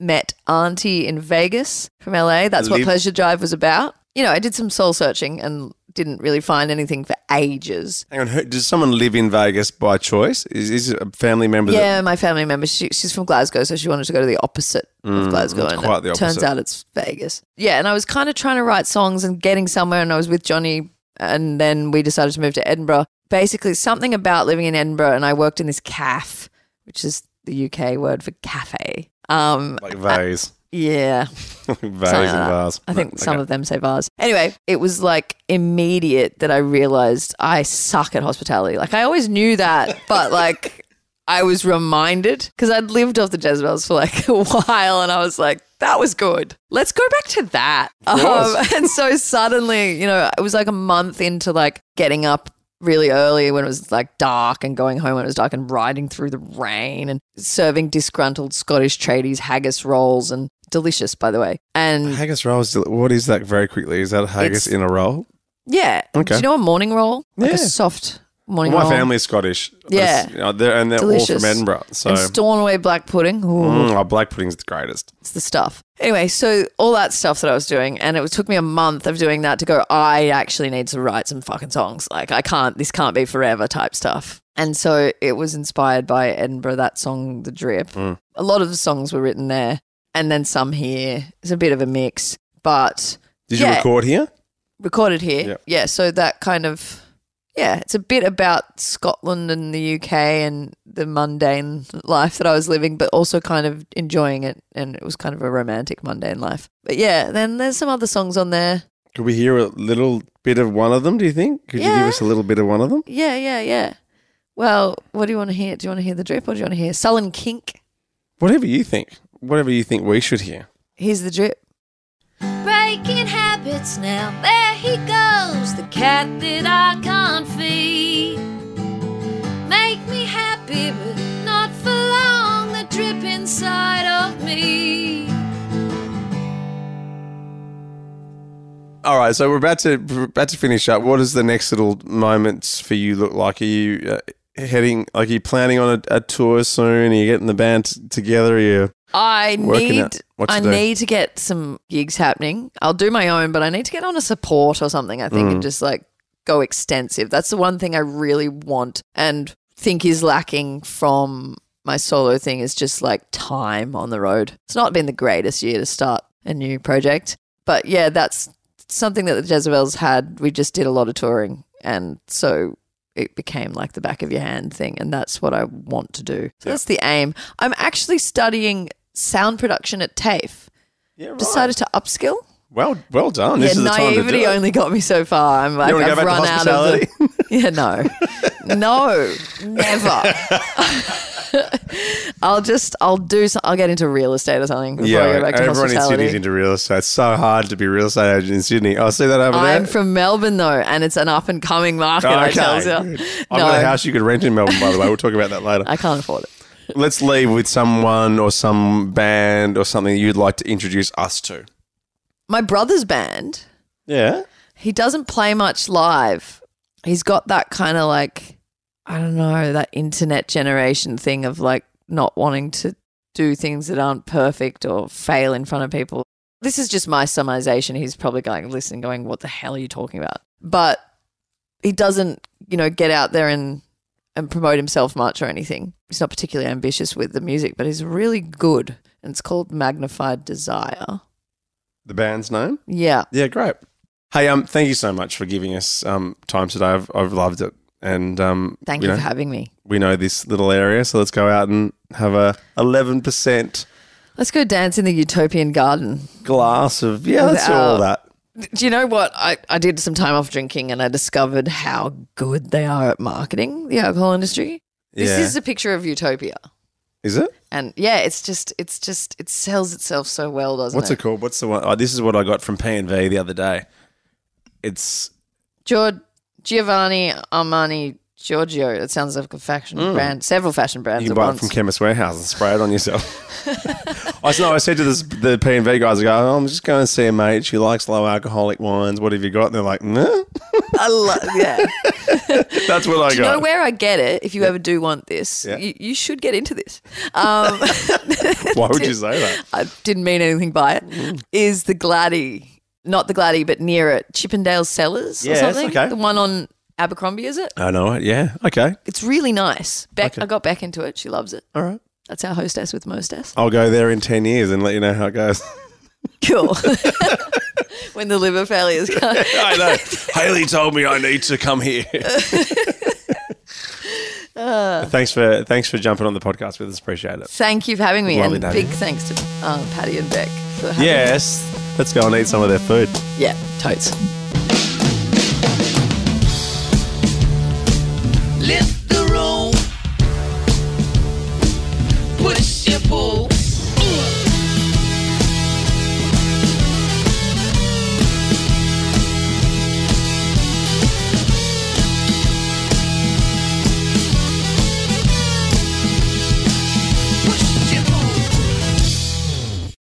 Speaker 1: unmet auntie in Vegas from LA. That's what
Speaker 4: Live-
Speaker 1: Pleasure Drive was about. You know, I did some soul searching and didn't really find anything for ages.
Speaker 4: Hang on, who, does someone live in Vegas by choice? Is, is it a family member?
Speaker 1: Yeah, my family member, she, she's from Glasgow, so she wanted to go to the opposite of Glasgow.
Speaker 4: Mm, it's
Speaker 1: And
Speaker 4: quite
Speaker 1: it
Speaker 4: the
Speaker 1: turns
Speaker 4: opposite.
Speaker 1: out it's Vegas. Yeah, and I was kind of trying to write songs and getting somewhere, and I was with Johnny, and then we decided to move to Edinburgh. Basically, something about living in Edinburgh, and I worked in this caf, which is the UK word for cafe. Um,
Speaker 4: That, like Vase,
Speaker 1: yeah,
Speaker 4: Vase and
Speaker 1: Something like that.
Speaker 4: Vase.
Speaker 1: I think
Speaker 4: Okay.
Speaker 1: some of them say vase. Anyway, it was like immediate that I realized I suck at hospitality. Like I always knew that, but like I was reminded because I'd lived off the Jezebels for like a while and I was like, that was good. Let's go back to that. Um, and so suddenly, you know, it was like a month into like getting up really early when it was like dark and going home when it was dark and riding through the rain and serving disgruntled Scottish tradies haggis rolls and delicious by the way and
Speaker 4: haggis rolls. del- What is that? Very quickly, is that
Speaker 1: Um, It's-
Speaker 4: haggis in a roll?
Speaker 1: yeah.
Speaker 4: Okay.
Speaker 1: Do you know a morning roll? Like a
Speaker 4: Yeah.
Speaker 1: soft morning
Speaker 4: Well,
Speaker 1: roll.
Speaker 4: my family's Scottish.
Speaker 1: Yeah.
Speaker 4: It's- you know, they're, and they're all
Speaker 1: Delicious.
Speaker 4: from Edinburgh. So,
Speaker 1: And Stornoway black pudding. Ooh,
Speaker 4: Mm, oh, black pudding's the greatest.
Speaker 1: it's the stuff. Anyway, so all that stuff that I was doing, and it was- took me a month of doing that to go, I actually need to write some fucking songs. Like, I can't, this can't be forever type stuff. And so it was inspired by Edinburgh, that song,
Speaker 4: Mm.
Speaker 1: The Drip. A lot of the songs were written there, and then some here. It's a bit of a mix. But
Speaker 4: Did you
Speaker 1: Yeah.
Speaker 4: record here?
Speaker 1: recorded here.
Speaker 4: Yep.
Speaker 1: Yeah. So that kind of, yeah, it's a bit about Scotland and the UK and the mundane life that I was living, but also kind of enjoying it. And it was kind of a romantic, mundane life. But yeah, then there's some other songs on there.
Speaker 4: Could we hear a little bit of one of them? Do you think? Could you
Speaker 1: Yeah.
Speaker 4: give us a little bit of one of them?
Speaker 1: Yeah, yeah, yeah. Well, what do you want to hear? Do you want to hear the drip or do you want to hear Sullen Kink?
Speaker 4: Whatever you think. Whatever you think we should hear.
Speaker 1: Here's the drip.
Speaker 6: breaking habits now. There he goes, the cat that I can't feed. Make me happy, but not for long. The drip inside of me.
Speaker 4: All right, so we're about to we're about to finish up. What does the next little moments for you look like? Are you uh, heading? Like, are you planning on a, a tour soon? Are you getting the band t- together? Are you?
Speaker 1: I
Speaker 4: Working
Speaker 1: need
Speaker 4: out what to
Speaker 1: I
Speaker 4: do.
Speaker 1: need to get some gigs happening. I'll do my own, but I need to get on a support or something, I
Speaker 4: Mm.
Speaker 1: think, and just like go extensive. That's the one thing I really want and think is lacking from my solo thing is just like time on the road. It's not been the greatest year to start a new project. But yeah, that's something that the Jezebels had. We just did a lot of touring and so it became like the back of your hand thing and that's what I want to do. So that's the aim. I'm actually studying sound production at TAFE.
Speaker 4: Yeah, right.
Speaker 1: Decided to upskill.
Speaker 4: Well, well done. this
Speaker 1: yeah,
Speaker 4: is the time to do
Speaker 1: naivety
Speaker 4: it.
Speaker 1: only got me so far. I'm like,
Speaker 4: wanna go
Speaker 1: I've
Speaker 4: back to
Speaker 1: run out of the. Yeah, no, no, never. I'll just, I'll do, some, I'll get into real estate or something before I
Speaker 4: Yeah,
Speaker 1: go back to
Speaker 4: everyone in
Speaker 1: hospitality.
Speaker 4: Sydney's into real estate. It's so hard to be a real estate agent in Sydney. I see that over there.
Speaker 1: I'm from Melbourne though, and it's an up and coming market. I tell you,
Speaker 4: good.
Speaker 1: no,
Speaker 4: I've got a house you could rent in Melbourne, by the way. We'll talk about that later.
Speaker 1: I can't afford it.
Speaker 4: Let's leave with someone or some band or something you'd like to introduce us to.
Speaker 1: My brother's band.
Speaker 4: Yeah.
Speaker 1: he doesn't play much live. He's got that kind of like, I don't know, that internet generation thing of like not wanting to do things that aren't perfect or fail in front of people. This is just my summarization. He's probably going, listening, going, what the hell are you talking about? But he doesn't, you know, get out there and, and promote himself much or anything. He's not particularly ambitious with the music, but he's really good. And it's called Magnified Desire.
Speaker 4: The band's name?
Speaker 1: Yeah.
Speaker 4: Yeah, great. Hey, um, thank you so much for giving us um, time today. I've, I've loved it. And um,
Speaker 1: Thank
Speaker 4: we
Speaker 1: you
Speaker 4: know,
Speaker 1: for having me.
Speaker 4: we know this little area, so let's go out and have a 11%
Speaker 1: Let's go dance in the Utopian Garden.
Speaker 4: glass of, yeah, let's do all that.
Speaker 1: Do you know what? I, I did some time off drinking and I discovered how good they are at marketing the alcohol industry. This
Speaker 4: Yeah.
Speaker 1: is a picture of utopia.
Speaker 4: Is it?
Speaker 1: And yeah, it's just, it's just, it sells itself so well, doesn't
Speaker 4: What's
Speaker 1: it?
Speaker 4: it called? What's the one? Oh, this is what I got from P and V the other day. It's
Speaker 1: Gior- Giovanni Armani Giorgio. It sounds like a fashion brand, several fashion brands
Speaker 4: Mm. you can
Speaker 1: at
Speaker 4: buy it
Speaker 1: once.
Speaker 4: from Chemist Warehouse and spray it on yourself. I s- no, I said to this, the P and V guys, I go, oh, I'm just going to see a mate. She likes low alcoholic wines. What have you got? And they're like, nah.
Speaker 1: I love, yeah.
Speaker 4: That's what I
Speaker 1: Do you know
Speaker 4: got.
Speaker 1: where I get it? If you ever do want this,
Speaker 4: Yeah.
Speaker 1: you, you should get into this. Um,
Speaker 4: Why would you say that?
Speaker 1: I didn't mean anything by it. Is
Speaker 4: Mm.
Speaker 1: the Gladdy, not the Gladdy, but near it, Chippendale Cellars or
Speaker 4: Yes,
Speaker 1: something?
Speaker 4: okay.
Speaker 1: The one on Abercrombie, is it?
Speaker 4: I know it. Yeah. Okay.
Speaker 1: It's really nice. Beck,
Speaker 4: Okay.
Speaker 1: I got Beck into it. She loves it.
Speaker 4: All right.
Speaker 1: That's our hostess with mostess.
Speaker 4: I'll go there in 10 years and let you know how it goes.
Speaker 1: Cool. when the liver failures come.
Speaker 4: I know. Haley told me I need to come here. thanks for thanks for jumping on the podcast with us. Appreciate it.
Speaker 1: Thank you for having me.
Speaker 4: Lovely
Speaker 1: and
Speaker 4: to have
Speaker 1: big
Speaker 4: you.
Speaker 1: thanks to um, Patty and Beck for having
Speaker 4: Yes. Let's go and eat some of their food.
Speaker 1: me. Yeah, totes.
Speaker 2: Let